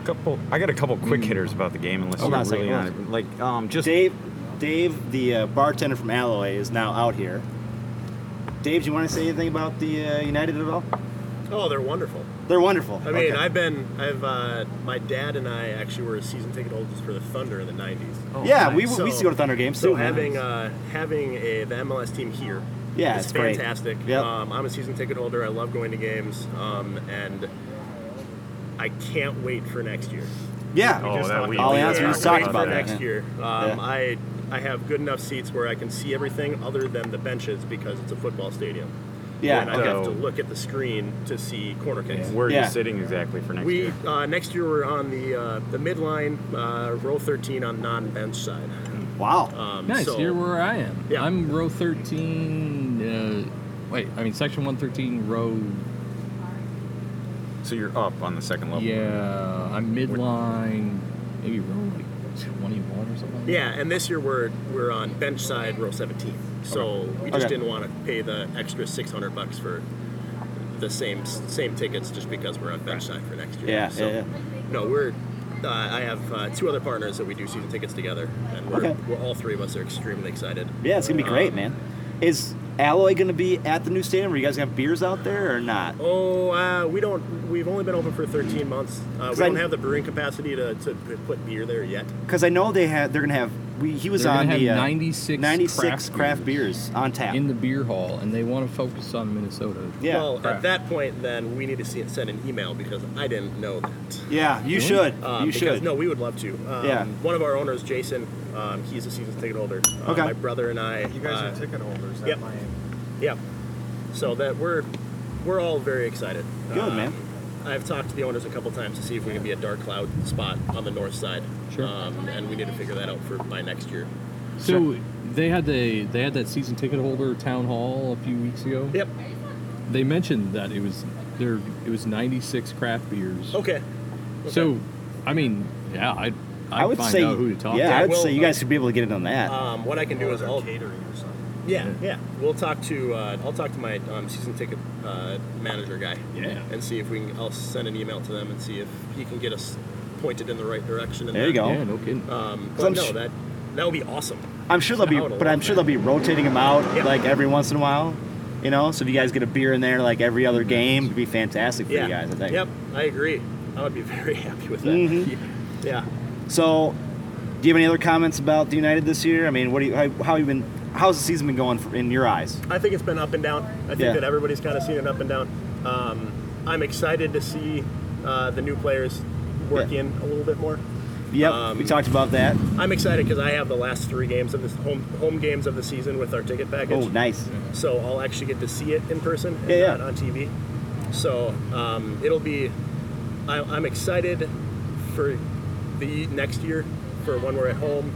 couple. I got a couple quick hitters about the game, unless Mm. Hold on a you really second, hold want on it. Like um, just Dave, Dave, the uh, bartender from Alloy, is now out here. Dave, do you want to say anything about the uh, United at all? Oh, they're wonderful. They're wonderful. I mean, I've been, I've, uh, my dad and I actually were season ticket holders for the Thunder in the '90s. yeah, we, So- we used to go to Thunder games So too. man. having uh, having a the MLS team here, Yeah, is it's great. fantastic. Yep. Um, I'm a season ticket holder. I love going to games, um, and I can't wait for next year. yeah, Oh, Just that talked we- about we that. just Yeah, we talked Can't talked wait about for that. next year. Um, Yeah. I I have good enough seats where I can see everything other than the benches because it's a football stadium. Oh, Yeah, and uh, okay. I have to So- look at the screen to see corner kicks. where are Yeah. you sitting exactly for next We year? uh, next year we're on the uh, the midline, uh, row 13 on non-bench side. Wow. Um, nice. so- Here where I am. Yeah. I'm row 13. Uh, wait, I mean section 113, row. So you're up on the second level. Yeah, I'm midline. Maybe row like 21 or something. Yeah, and this year we're we're on bench side, row 17. So we just Okay. didn't want to pay the extra 600 bucks for the same same tickets just because we're on bench side for next year. Yeah, So yeah, yeah. no, we're. Uh, I have uh, two other partners that we do season tickets together, and we're, Okay. we're all three of us are extremely excited. yeah, it's gonna be great, Um, man. Is Alloy gonna be at the new stadium? Are you guys gonna have beers out there or not? Oh, uh, we don't. We've only been open for 13 months. Uh, we I- don't have the brewing capacity to, to p- put beer there yet. Because I know they have. They're gonna have we he was They're gonna on the have uh, 96 96 craft craft beers on tap. in the beer hall, and they want to focus on Minnesota. yeah, well, correct. at that point, then we need to see, send an email because I didn't know that. yeah, you should. Um, you because- should. No, we would love to. Um, Yeah. One of our owners, Jason, um, he's a season ticket holder. Uh, Okay. My brother and I. You guys uh, are ticket holders at yep. my Yeah. So that we're we're all very excited. Um, Good, man. I've talked to the owners a couple times to see if we can be a dark cloud spot on the north side. Sure. Um, and we need to figure that out for by next year. So they had the they had that season ticket holder town hall a few weeks ago. Yep. They mentioned that it was there. It was 96 craft beers. Oh, Okay. So, I mean, yeah, I I I would find say out who to talk yeah, to. I would Well, say you guys should be able to get in on Oh, that. Um, what I can do is all I'll catering or something. yeah yeah we'll talk to uh, I'll talk to my um, season ticket uh, manager guy. Yeah. And see if we can. I'll send an email to them and see if he can get us pointed in the right direction. And There you then- go. to. Yeah, no kidding. Um, I'm but no, sh- that that would be awesome. I'm sure they'll be, I would but I'm love sure that. they'll be rotating them out Yeah. like every once in a while. You know, so if you guys get a beer in there like every other game, it'd be fantastic for Yeah. you guys. I think. Yep, I agree. I would be <laughs> very happy with that. Mhm. Yeah. So, do you have any other comments about the United this year? I mean, what do you how, how you been? How's the season been going for, in your eyes? I think it's been up and down. I think Yeah. that everybody's kind of seen it up and down. Um, I'm excited to see uh, the new players work Yeah. in a little bit more. Yep, Um, we talked about that. I'm excited because I have the last three games of this home home games of the season with our ticket package. Oh, nice. So I'll actually get to see it in person and Yeah, yeah. not on TV. So um, it'll be. I, I'm excited for the next year for when we're at home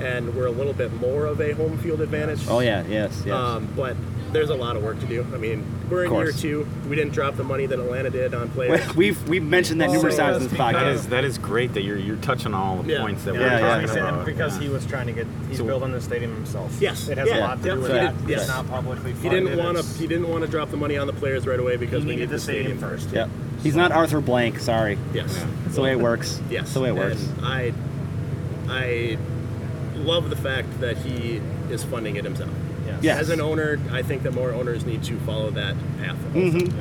and we're a little bit more of a home field advantage. Mm-hmm. Oh yeah, yes, yes. <laughs> Um, but there's a lot of work to do. I mean, we're in Of year course. two. We didn't drop the money that Atlanta did on players. we've we've mentioned that Oh, numerous times in yes, this because- That podcast. is that is great that you're you're touching on all the Yeah. points that Yeah, we're yeah. talking And about. because Yeah. he was trying to get, he's So- building the stadium himself. Yes, It has a yeah, lot to yep, do with he that. did, It's yes. not publicly funded. he didn't want to. it's- He didn't want to drop the money on the players right away because He we needed the stadium first. first. Yep. He's not Arthur Blank. Sorry. Yes. That's the way it works. Yes. That's the way it works. And I, I love the fact that he is funding it himself. Yes. Yeah. As an owner, I think that more owners need to follow that path Mhm.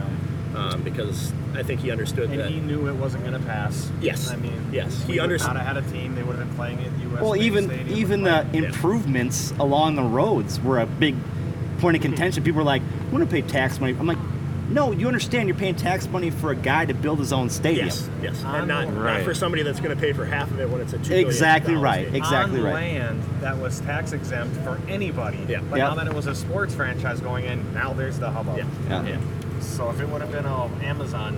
Yeah. um, because I think he understood And that. he knew it wasn't going to pass. Yes. I mean, Yes. if He we would underst- Not have had a team. They would have been playing at US. Well, Bank even Stadium even and the playing- improvements along the roads were a big point of contention. People were like, "I'm going to pay tax money." I'm like, "No, you understand? You're paying tax money for a guy to build his own stadium." Yes. Yes. On And not, the- not for Right. somebody that's going to pay for half of it when it's a two. billion Exactly dollar right. stadium. Exactly on right. land that was tax exempt for anybody. Yeah. But Yeah. now that it was a sports franchise going in, now there's the hubbub. Yeah. Yeah. Yeah. So if it would have been all Amazon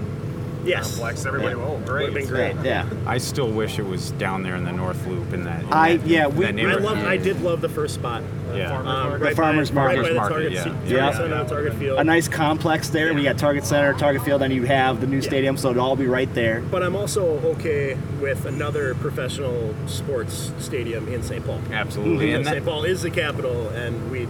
Yes. complex, everybody Yeah. would have Would've great. been great. Yeah. yeah. I still wish it was down there in the North Loop in that. in I- that- yeah, we- that I neighborhood. love. I did love the first spot. Yeah. Uh, Farmers Um, market. right by- farmer's Right by market. the target, Yeah. se- target Yeah. center, target field. A nice complex there. We got Target Center, Target Field, and you have the new stadium, so it'll all be right there. But I'm also okay with another professional sports stadium in St. Paul. Absolutely. And St. that, Paul is the capital, and we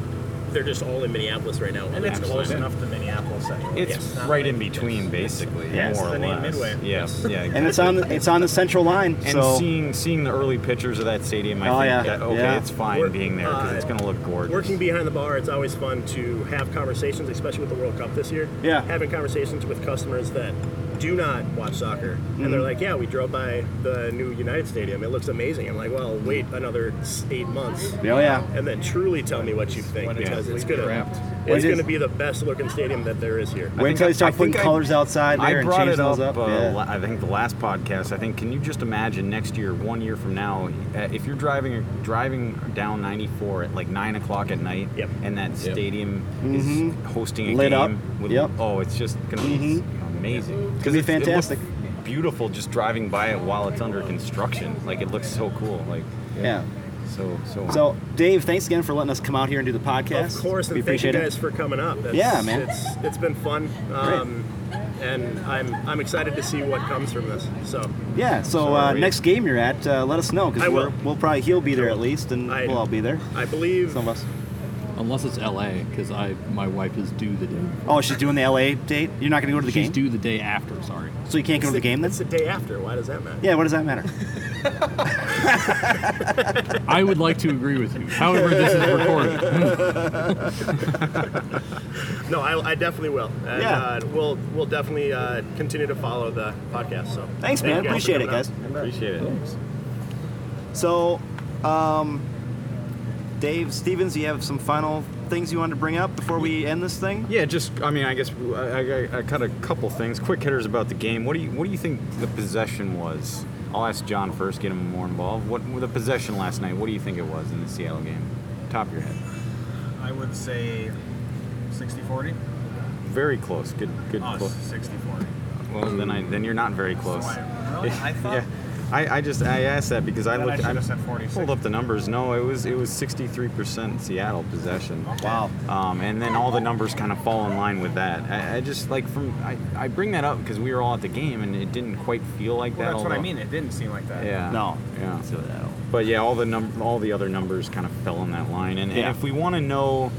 they're just all in Minneapolis right now. And it's Absolutely. close enough to Minneapolis anyway. it's Yes. not right like- in between, basically, Yes, more the or less. name Midway. <laughs> Yeah. Yeah. And it's on the, it's on the central line. And so seeing seeing the early pictures of that stadium, I Oh, think yeah. that okay, Yeah. it's fine Work- being there because uh, it's going to look gorgeous. Working behind the bar, it's always fun to have conversations, especially with the World Cup this year. Yeah. Having conversations with customers that do not watch soccer, and Mm-hmm. they're like, "Yeah, we drove by the new United Stadium. It looks amazing." I'm like, "Well, wait another s- eight months." Oh yeah. And then truly tell me what you think When it's because it's completely gonna wrapped. When it's it is- gonna be the best looking stadium that there is here. Wait think until I- you start I putting think I- colors outside there I and brought changing it up. those up. uh, Yeah. la- I think the last podcast. I think. Can you just imagine next year, one year from now, uh, if you're driving driving down 94 at like nine o'clock at night, Yep. and that stadium is hosting a Mm-hmm. Lit game up. With, Yep. Oh, it's just gonna be amazing. Gonna be it's- it looks fantastic. beautiful, just driving by it while it's under construction. Like it looks so cool. Like yeah. so so. So, Dave, thanks again for letting us come out here and do the podcast. Of course, and we thank you appreciate guys it. for coming up. That's- Yeah, man. It's it's been fun, um, and I'm I'm excited to see what comes from this. So Yeah. So, So uh, are we. next game you're at, uh, let us know I because will. we'll probably he'll be there I at will. least, and I- we'll all be there. I believe Some of us. Unless it's L.A. because I my wife is due the day. Oh, she's doing the LA date. You're not going to go to the She's game, due the day after. Sorry. so you can't go to the game. Then. That's the day after. Why does that matter? Yeah. What does that <laughs> matter? I would like to agree with you. However, this is <laughs> recorded. No, I, I definitely will. And, Yeah. uh, we'll we'll definitely uh, continue to follow the podcast. So Thanks, thank man. you for Appreciate it, coming out. guys. appreciate it. So, um, Dave Stevens, you have some final things you wanted to bring up before we end this thing? Yeah, just I mean, I guess I, I, I cut a couple things. Quick hitters about the game. What do you What do you think the possession was? I'll ask John first, get him more involved. What the possession last night? What do you think it was in the Seattle game? Top of your head. I would say 60 40. Very close. Good. Good. Oh, close. 60 40. Well, then I then you're not very close. <laughs> I, really? I thought. yeah. I, I just I asked that because I Then I looked should have I said 46. pulled up the numbers. No, it was it was 63% Seattle possession. Wow. Um, and then all the numbers kind of fall in line with that. I, I just like from I, I bring that up because we were all at the game and it didn't quite feel like Well, that. that's what I although- mean. It didn't seem like that. Yeah. No. Yeah. So that'll- But yeah, all the num- all the other numbers kind of fell on that line. And, Yeah. and if we want to know,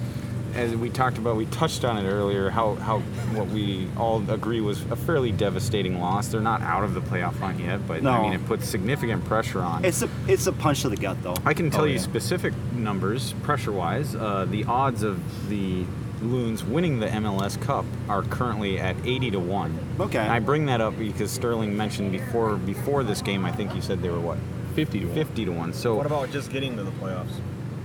as we talked about, we touched on it earlier, how, how what we all agree was a fairly devastating loss. They're not out of the playoff hunt yet, but I No. mean, it puts significant pressure on. It's a it's a punch to the gut though. I can tell Oh, you yeah. specific numbers, pressure-wise. Uh, the odds of the Loons winning the MLS Cup are currently at 80 to one. Okay. And I bring that up because Sterling mentioned before before this game. I think you said they were what 50 to 1. 50 to one. So What about just getting to the playoffs?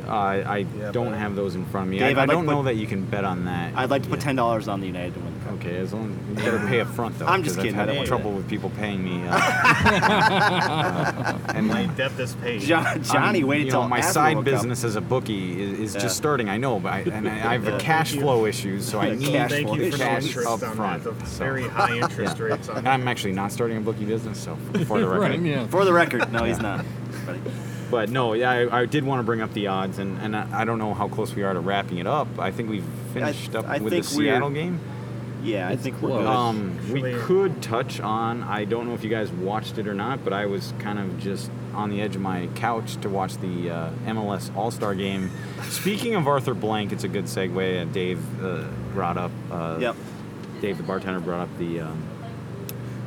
Uh, I Yeah, don't but- have those in front of me. Dave, I, I I'd like don't to know put- that you can bet on that. I'd like to put Yeah. ten dollars on the United to win the cup. Okay, as long as you better pay up front though. I'm just 'cause kidding, I I've don't had wanna trouble with people paying me. <laughs> Uh, <laughs> uh, and <laughs> My debt is paid. John, Johnny, I'm- wait you until know, my after side World Cup. business as a bookie is, is Yeah. just starting. I know, but I, and I, I <laughs> have a Thank cash flow issue, so I Yeah, need cash cash, flow <laughs> Thank you for the Cash interest up on front. that. The so. very high <laughs> interest rates on And that. I'm actually not starting a bookie business, <laughs> so for the record. Right, yeah. For the record, no, he's <laughs> not. But But no, yeah, I, I did want to bring up the odds, and, and I, I don't know how close we are to wrapping it up. I think we've finished up I with the think we're- Seattle game. yeah, I It's think we're close. good. Um, we Actually- could touch on. I don't know if you guys watched it or not, but I was kind of just on the edge of my couch to watch the uh, MLS All Star Game. Speaking of Arthur Blank, it's a good segue. And Dave uh, brought up. Uh, Yep. Dave, the bartender, brought up the um,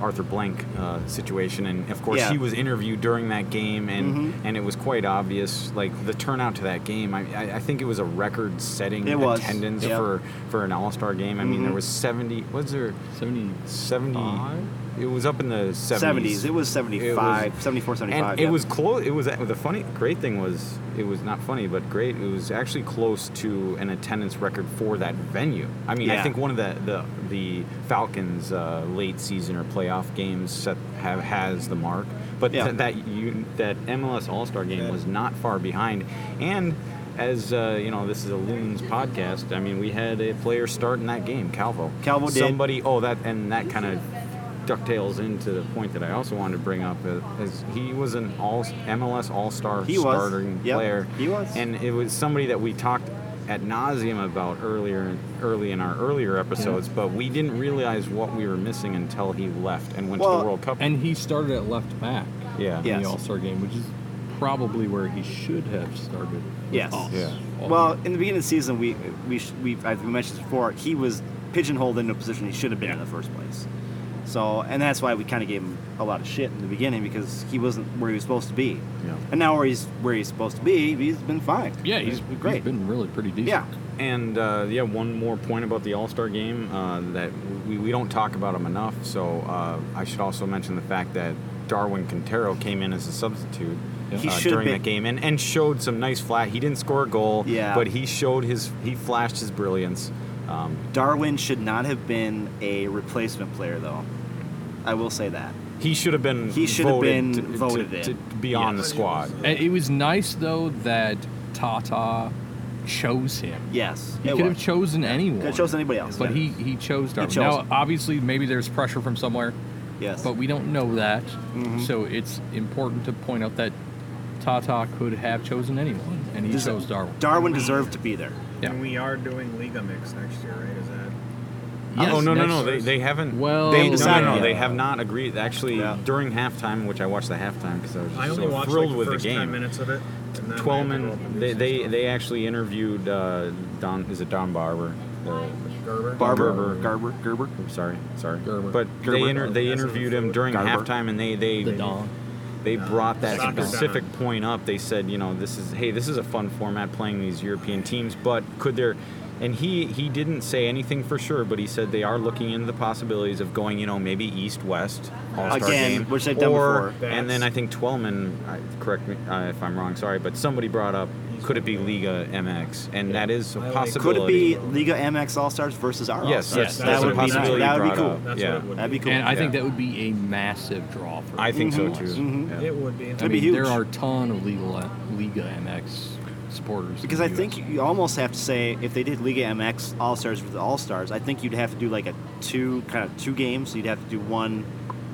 Arthur Blank uh, situation, and of course Yeah. Mm-hmm. he was interviewed during that game, and and it was quite obvious. Like the turnout to that game, I I, I think it was a record-setting It was, attendance yep. Mm-hmm. for for an All Star game. I mean, there was seventy. Was there 70. 70 Five? it was up in the 70s, 70s. It was 75, 74, 75. and yeah. it was close it was the funny great thing was it was not funny but great it was actually close to an attendance record for that venue i mean Yeah. i think one of the the, the falcons uh, late season or playoff games set, have has the mark but Yeah. th- that you that mls all-star game was not far behind and as uh, you know, this is a Loons podcast. I mean, we had a player start in that game, Calvo. Calvo did. Somebody somebody- oh that and that kind of ducktails into the point that I also wanted to bring up uh, is he was an all MLS All Star He was. starting Yep, player. he was. and it was somebody that we talked at nauseum about earlier, early in our earlier episodes, but we didn't realize what we were missing until he left and went to Well, the World Cup. And he started at left back yeah, Yeah. in Yes. the All Star game, which is probably where he should have started. with Yes. us. Yeah. Well, in the beginning of the season, we we sh- we I we mentioned this before. He was pigeonholed into a position he should have been in the first place. So, and that's why we kind of gave him a lot of shit in the beginning because he wasn't where he was supposed to be. Yeah. And now where he's where he's supposed to be, he's been fine. yeah, he's, uh, great. he's been really pretty decent. yeah. And uh, yeah, one more point about the All Star game uh, that we, we don't talk about him enough. So uh, I should also mention the fact that Darwin Quintero came in as a substitute Yeah. He uh, should during be- that game and, and showed some nice flat. He didn't score a goal, Yeah. but he showed his he flashed his brilliance. Um, Darwin should not have been a replacement player, though. I will say that. he should have been He should have voted been to, voted to, in. to be on the squad. And Uh, it was nice, though, that Tata chose him. Yes. He it could have was. chosen anyone. Could have chosen anybody else. But yeah. he, he chose Darwin. chose now, him. obviously, maybe there's pressure from somewhere, Yes. but we don't know that. Mm-hmm. So it's important to point out that Tata could have chosen anyone, and he Does- chose Darwin. Darwin deserved to be there. Yeah. And we are doing Liga Mix next year, right? Is that? Yes, oh no no next- no! They, they haven't. Well, they, no, no, decided no, yet. they have not agreed. Actually, Yeah. during halftime, which I watched the halftime because I was just I only so watched thrilled like, the with first the game. 10 minutes of it. and then I had to go up Twelman, and they, do some they stuff. they actually interviewed uh, Don. Is it Don Barber? The, Gerber. Barber. Gerber. Garber. Gerber. sorry, sorry. Gerber. But Gerber. they inter- they Yes, interviewed him during Gerber. halftime, and they they The Don. they brought that Soccer specific point up. They said, you know, this is hey, this is a fun format playing these European teams, but could there? And he he didn't say anything for sure, but he said they are looking into the possibilities of going, you know, maybe east west all star Again, game, which they've done or before. and then I think Twelman, I, correct me uh, if I'm wrong, sorry, but somebody brought up Could it be Liga MX? And that is a I like- Could it possibility. be Liga MX All Stars versus our All Yes, Stars? yes, That that's that a would be nice. possibility That would be brought cool. up. That's yeah, what it would That'd be cool. And I think Yeah. that would be a massive draw for. I think Mm-hmm. everyone. so too. Yeah. It would be. I That'd be mean, there huge. are a ton of legal Liga MX supporters. Because in I the think US. you almost have to say if they did Liga MX All Stars with All Stars, I think you'd have to do like a two kind of two games. So you'd have to do one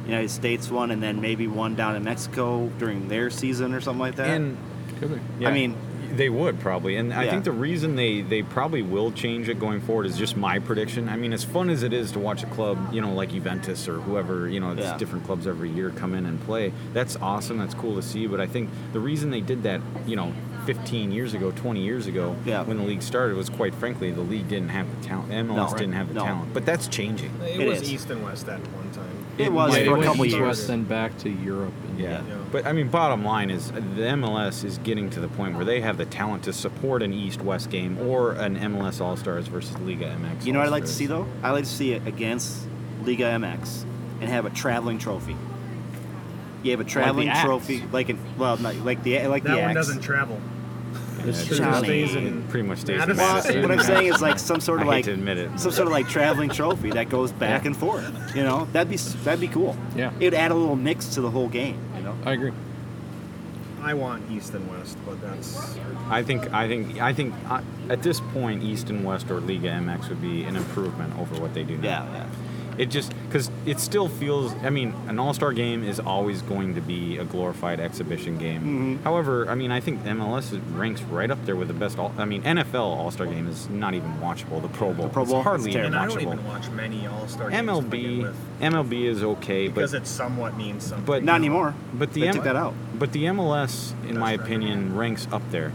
United States one, and then maybe one down in Mexico during their season or something like that. And Could be. Yeah. I mean- they would probably, and I Yeah. think the reason they they probably will change it going forward is just my prediction. I mean, as fun as it is to watch a club, you know, like Juventus or whoever, you know, it's Yeah. different clubs every year come in and play. That's awesome. That's cool to see. But I think the reason they did that, you know, 15 years ago, 20 years ago, Yeah. when the league started, was quite frankly the league didn't have the talent. MLS No. didn't have the No. talent. But that's changing. It, It was is. East and West at one time. it was Yeah, for a went couple east, years. west, then back to Europe. And Yeah. Yeah. But I mean, bottom line is uh, the MLS is getting to the point where they have the talent to support an East West game or an MLS All Stars versus Liga MX. You know what I'd like to All-Stars. see though? I'd like to see it against Liga MX and have a traveling trophy. You have a traveling axe. trophy, like an well, not, like the like That the one axe. doesn't travel. It's true. just- Johnny. It pretty much stays in Madison. Well, Madison. what I'm saying is like some sort of I hate like to admit it. some sort of like traveling trophy that goes back and forth. You know, that'd be that'd be cool. Yeah. it'd add a little mix to the whole game. You know, I agree. I want East and West, but that's I think I think I think uh, at this point, East and West or Liga MX would be an improvement over what they do now. yeah, yeah. It just because it still feels. I mean, an All Star game is always going to be a glorified exhibition game. However, I mean, I think MLS is- ranks right up there with the best. All, I mean, NFL All Star game is not even watchable. The Pro Bowl, Pro Bowl, is it's hardly even and terrible. I don't watchable. even watch many All Star games to begin MLB, with, MLB is okay, because but it somewhat means something. but Not anymore. But the they M- took that out. But the MLS, in my opinion, ranks up there.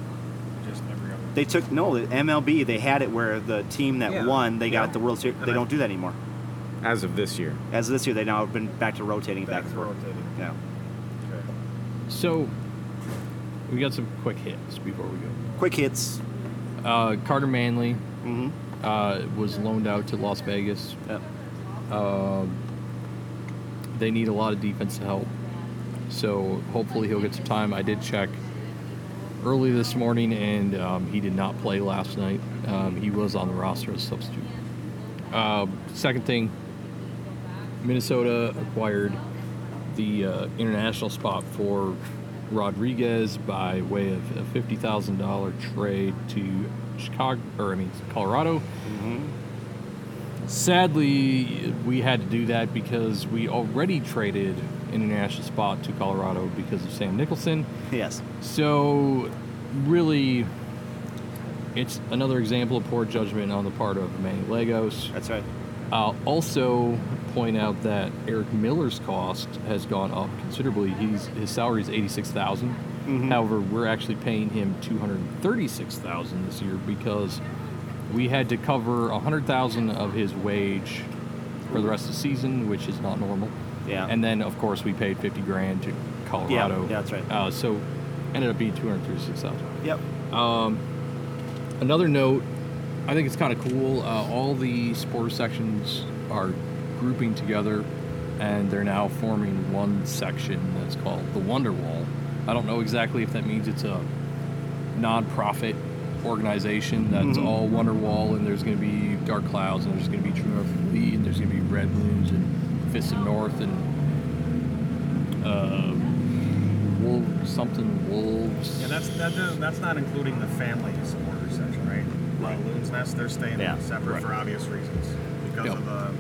just every other. They took no the MLB. They had it where the team that Yeah. won, they Yeah. got the World Series. They don't do that anymore. As of this year, As of this year, they now have been back to rotating back, Back and to forth. rotating. Yeah. Okay. So we got some quick hits before we go. Quick hits. Uh, Carter Manley Mm-hmm. uh, was loaned out to Las Vegas. Yep. Um, they need a lot of defense help, so hopefully he'll get some time. I did check early this morning, and um, he did not play last night. Um, he was on the roster as substitute. Um, second thing, Minnesota acquired the uh, international spot for Rodriguez by way of a fifty thousand dollar trade to Chicago, or I mean Colorado. Sadly, we had to do that because we already traded international spot to Colorado because of Sam Nicholson. Yes. So, really, it's another example of poor judgment on the part of Manny Lagos. That's right. I'll also point out that Eric Miller's cost has gone up considerably. He's his salary is eighty Mm-hmm. However, we're actually paying him two hundred thirty six thousand this year because we had to cover a hundred thousand of his wage for the rest of the season, which is not normal. Yeah. And then of course we paid fifty grand to Colorado. Yeah, that's right. Uh, so ended up being two hundred thirty six thousand. Yep. Another note, I think it's kind of cool. Uh, all the sports sections are grouping together, and they're now forming one section that's called the Wonder Wall. I don't know exactly if that means it's a nonprofit organization that's all Wonder Wall, and there's going to be Dark Clouds, and there's going to be True North Lee, and there's going to be Red Moons, and Fist of North, and uh, Wolf, something Wolves. Yeah, that's that does, that's not including the family supporter section, right? Like Loon's Nest, they're staying Yeah, separate right. for obvious reasons because Yep. of the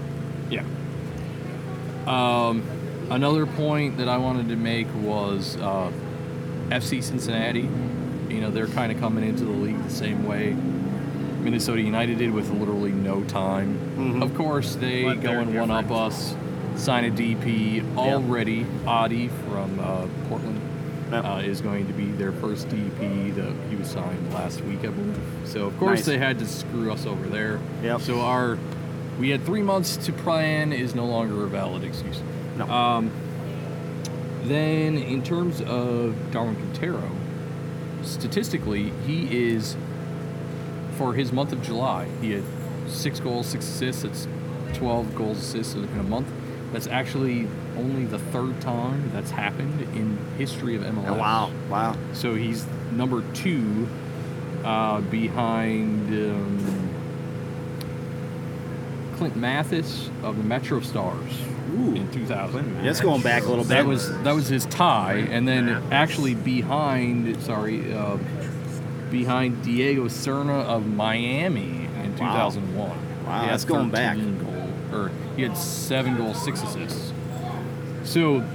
Yeah. Um, another point that I wanted to make was uh, FC Cincinnati. You know, they're kind of coming into the league the same way Minnesota United did with literally no time. Of course, they Mm-hmm. But go they're and one up different. us, sign a DP already. Adi from uh, Portland Yep. uh, is going to be their first DP that he was signed last week, I believe. So of course Nice. they had to screw us over there. Yep. So our we had three months to plan is no longer a valid excuse. No. Um, then in terms of Darwin Quintero, statistically he is for his month of July he had six goals, six assists. That's twelve goals assists in a month. That's actually only the third time that's happened in history of MLS. Wow. Wow. So he's number two uh, behind um, Clint Mathis of the Metro Stars in 2000. That's going back a little bit. That was that was his tie, and then actually behind, sorry, uh, behind Diego Serna of Miami in 2001. Wow, He had that's going back. 13 Goal, or he had seven goals, six assists. So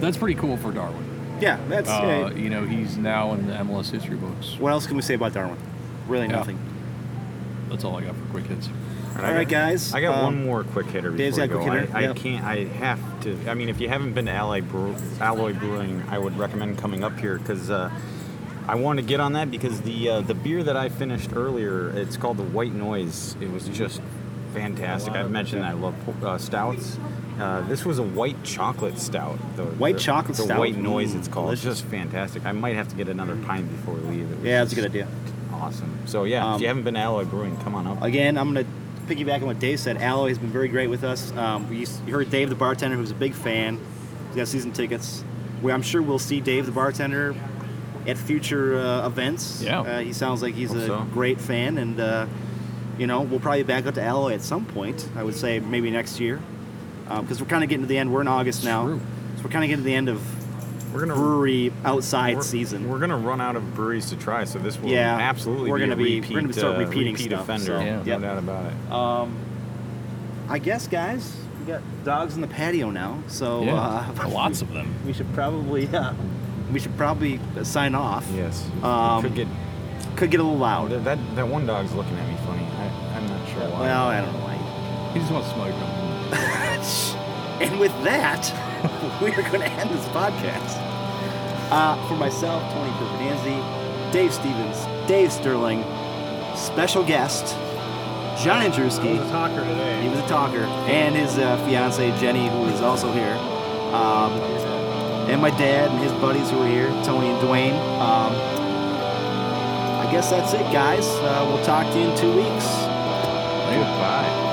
that's pretty cool for Darwin. yeah. That's yeah. Uh, you know, he's now in the MLS history books. what else can we say about Darwin? Really Yeah. nothing. That's all I got for quick hits. All All right, guys. I got um, one more quick hitter Dave's before got a we go. quick hitter, I, I yeah. can't. I have to. I mean, if you haven't been to Alloy, Brew, Alloy Brewing, I would recommend coming up here because uh, I want to get on that because the uh, the beer that I finished earlier, it's called the White Noise. It was just fantastic. Oh, I've mentioned that I love po- uh, stouts. Uh, this was a white chocolate stout. The, White the- chocolate the stout? White noise, it's Mm, called. It's delicious. just fantastic. I might have to get another pint before we leave. It was Yeah, that's a just good idea. Awesome. So yeah, Um, if you haven't been to Alloy Brewing, come on up. Again, I'm going to piggyback on what Dave said. Alloy has been very great with us. Um, we used, you heard Dave, the bartender, who's a big fan. He's got season tickets. We, I'm sure we'll see Dave, the bartender, at future uh, events. Yeah. Uh, he sounds like he's Hope a so. great fan, and uh, you know we'll probably back up to Alloy at some point. I would say maybe next year, because we're kind of getting to the end. We're in August now, True. so we're kind of getting to the end of We're gonna brewery outside we're, season. We're gonna run out of breweries to try, so this will Yeah, absolutely we're be gonna a be- we're repeat, gonna start uh, repeating repeat stuff, offender. so- Yeah. No Yep. doubt about it. Um, I guess, guys, we got dogs in the patio now, so yeah, uh, lots of them. We should probably, uh, we should probably sign off. Yes. It Um, could get Could get a little oh, loud. that, that that one dog's looking at me funny. I, I'm not sure why. Well, I don't know why. He just wants to smoke. And with that, <laughs> we are going to end this podcast. Uh, for myself, Tony Perpedanzi, Dave Stevens, Dave Sterling, special guest, John Andrewski. The talker today. He was a talker, and his uh, fiance Jenny, who is also here, um, and my dad and his buddies who were here, Tony and Dwayne. Um, I guess that's it, guys. Uh, we'll talk to you in two weeks. Goodbye.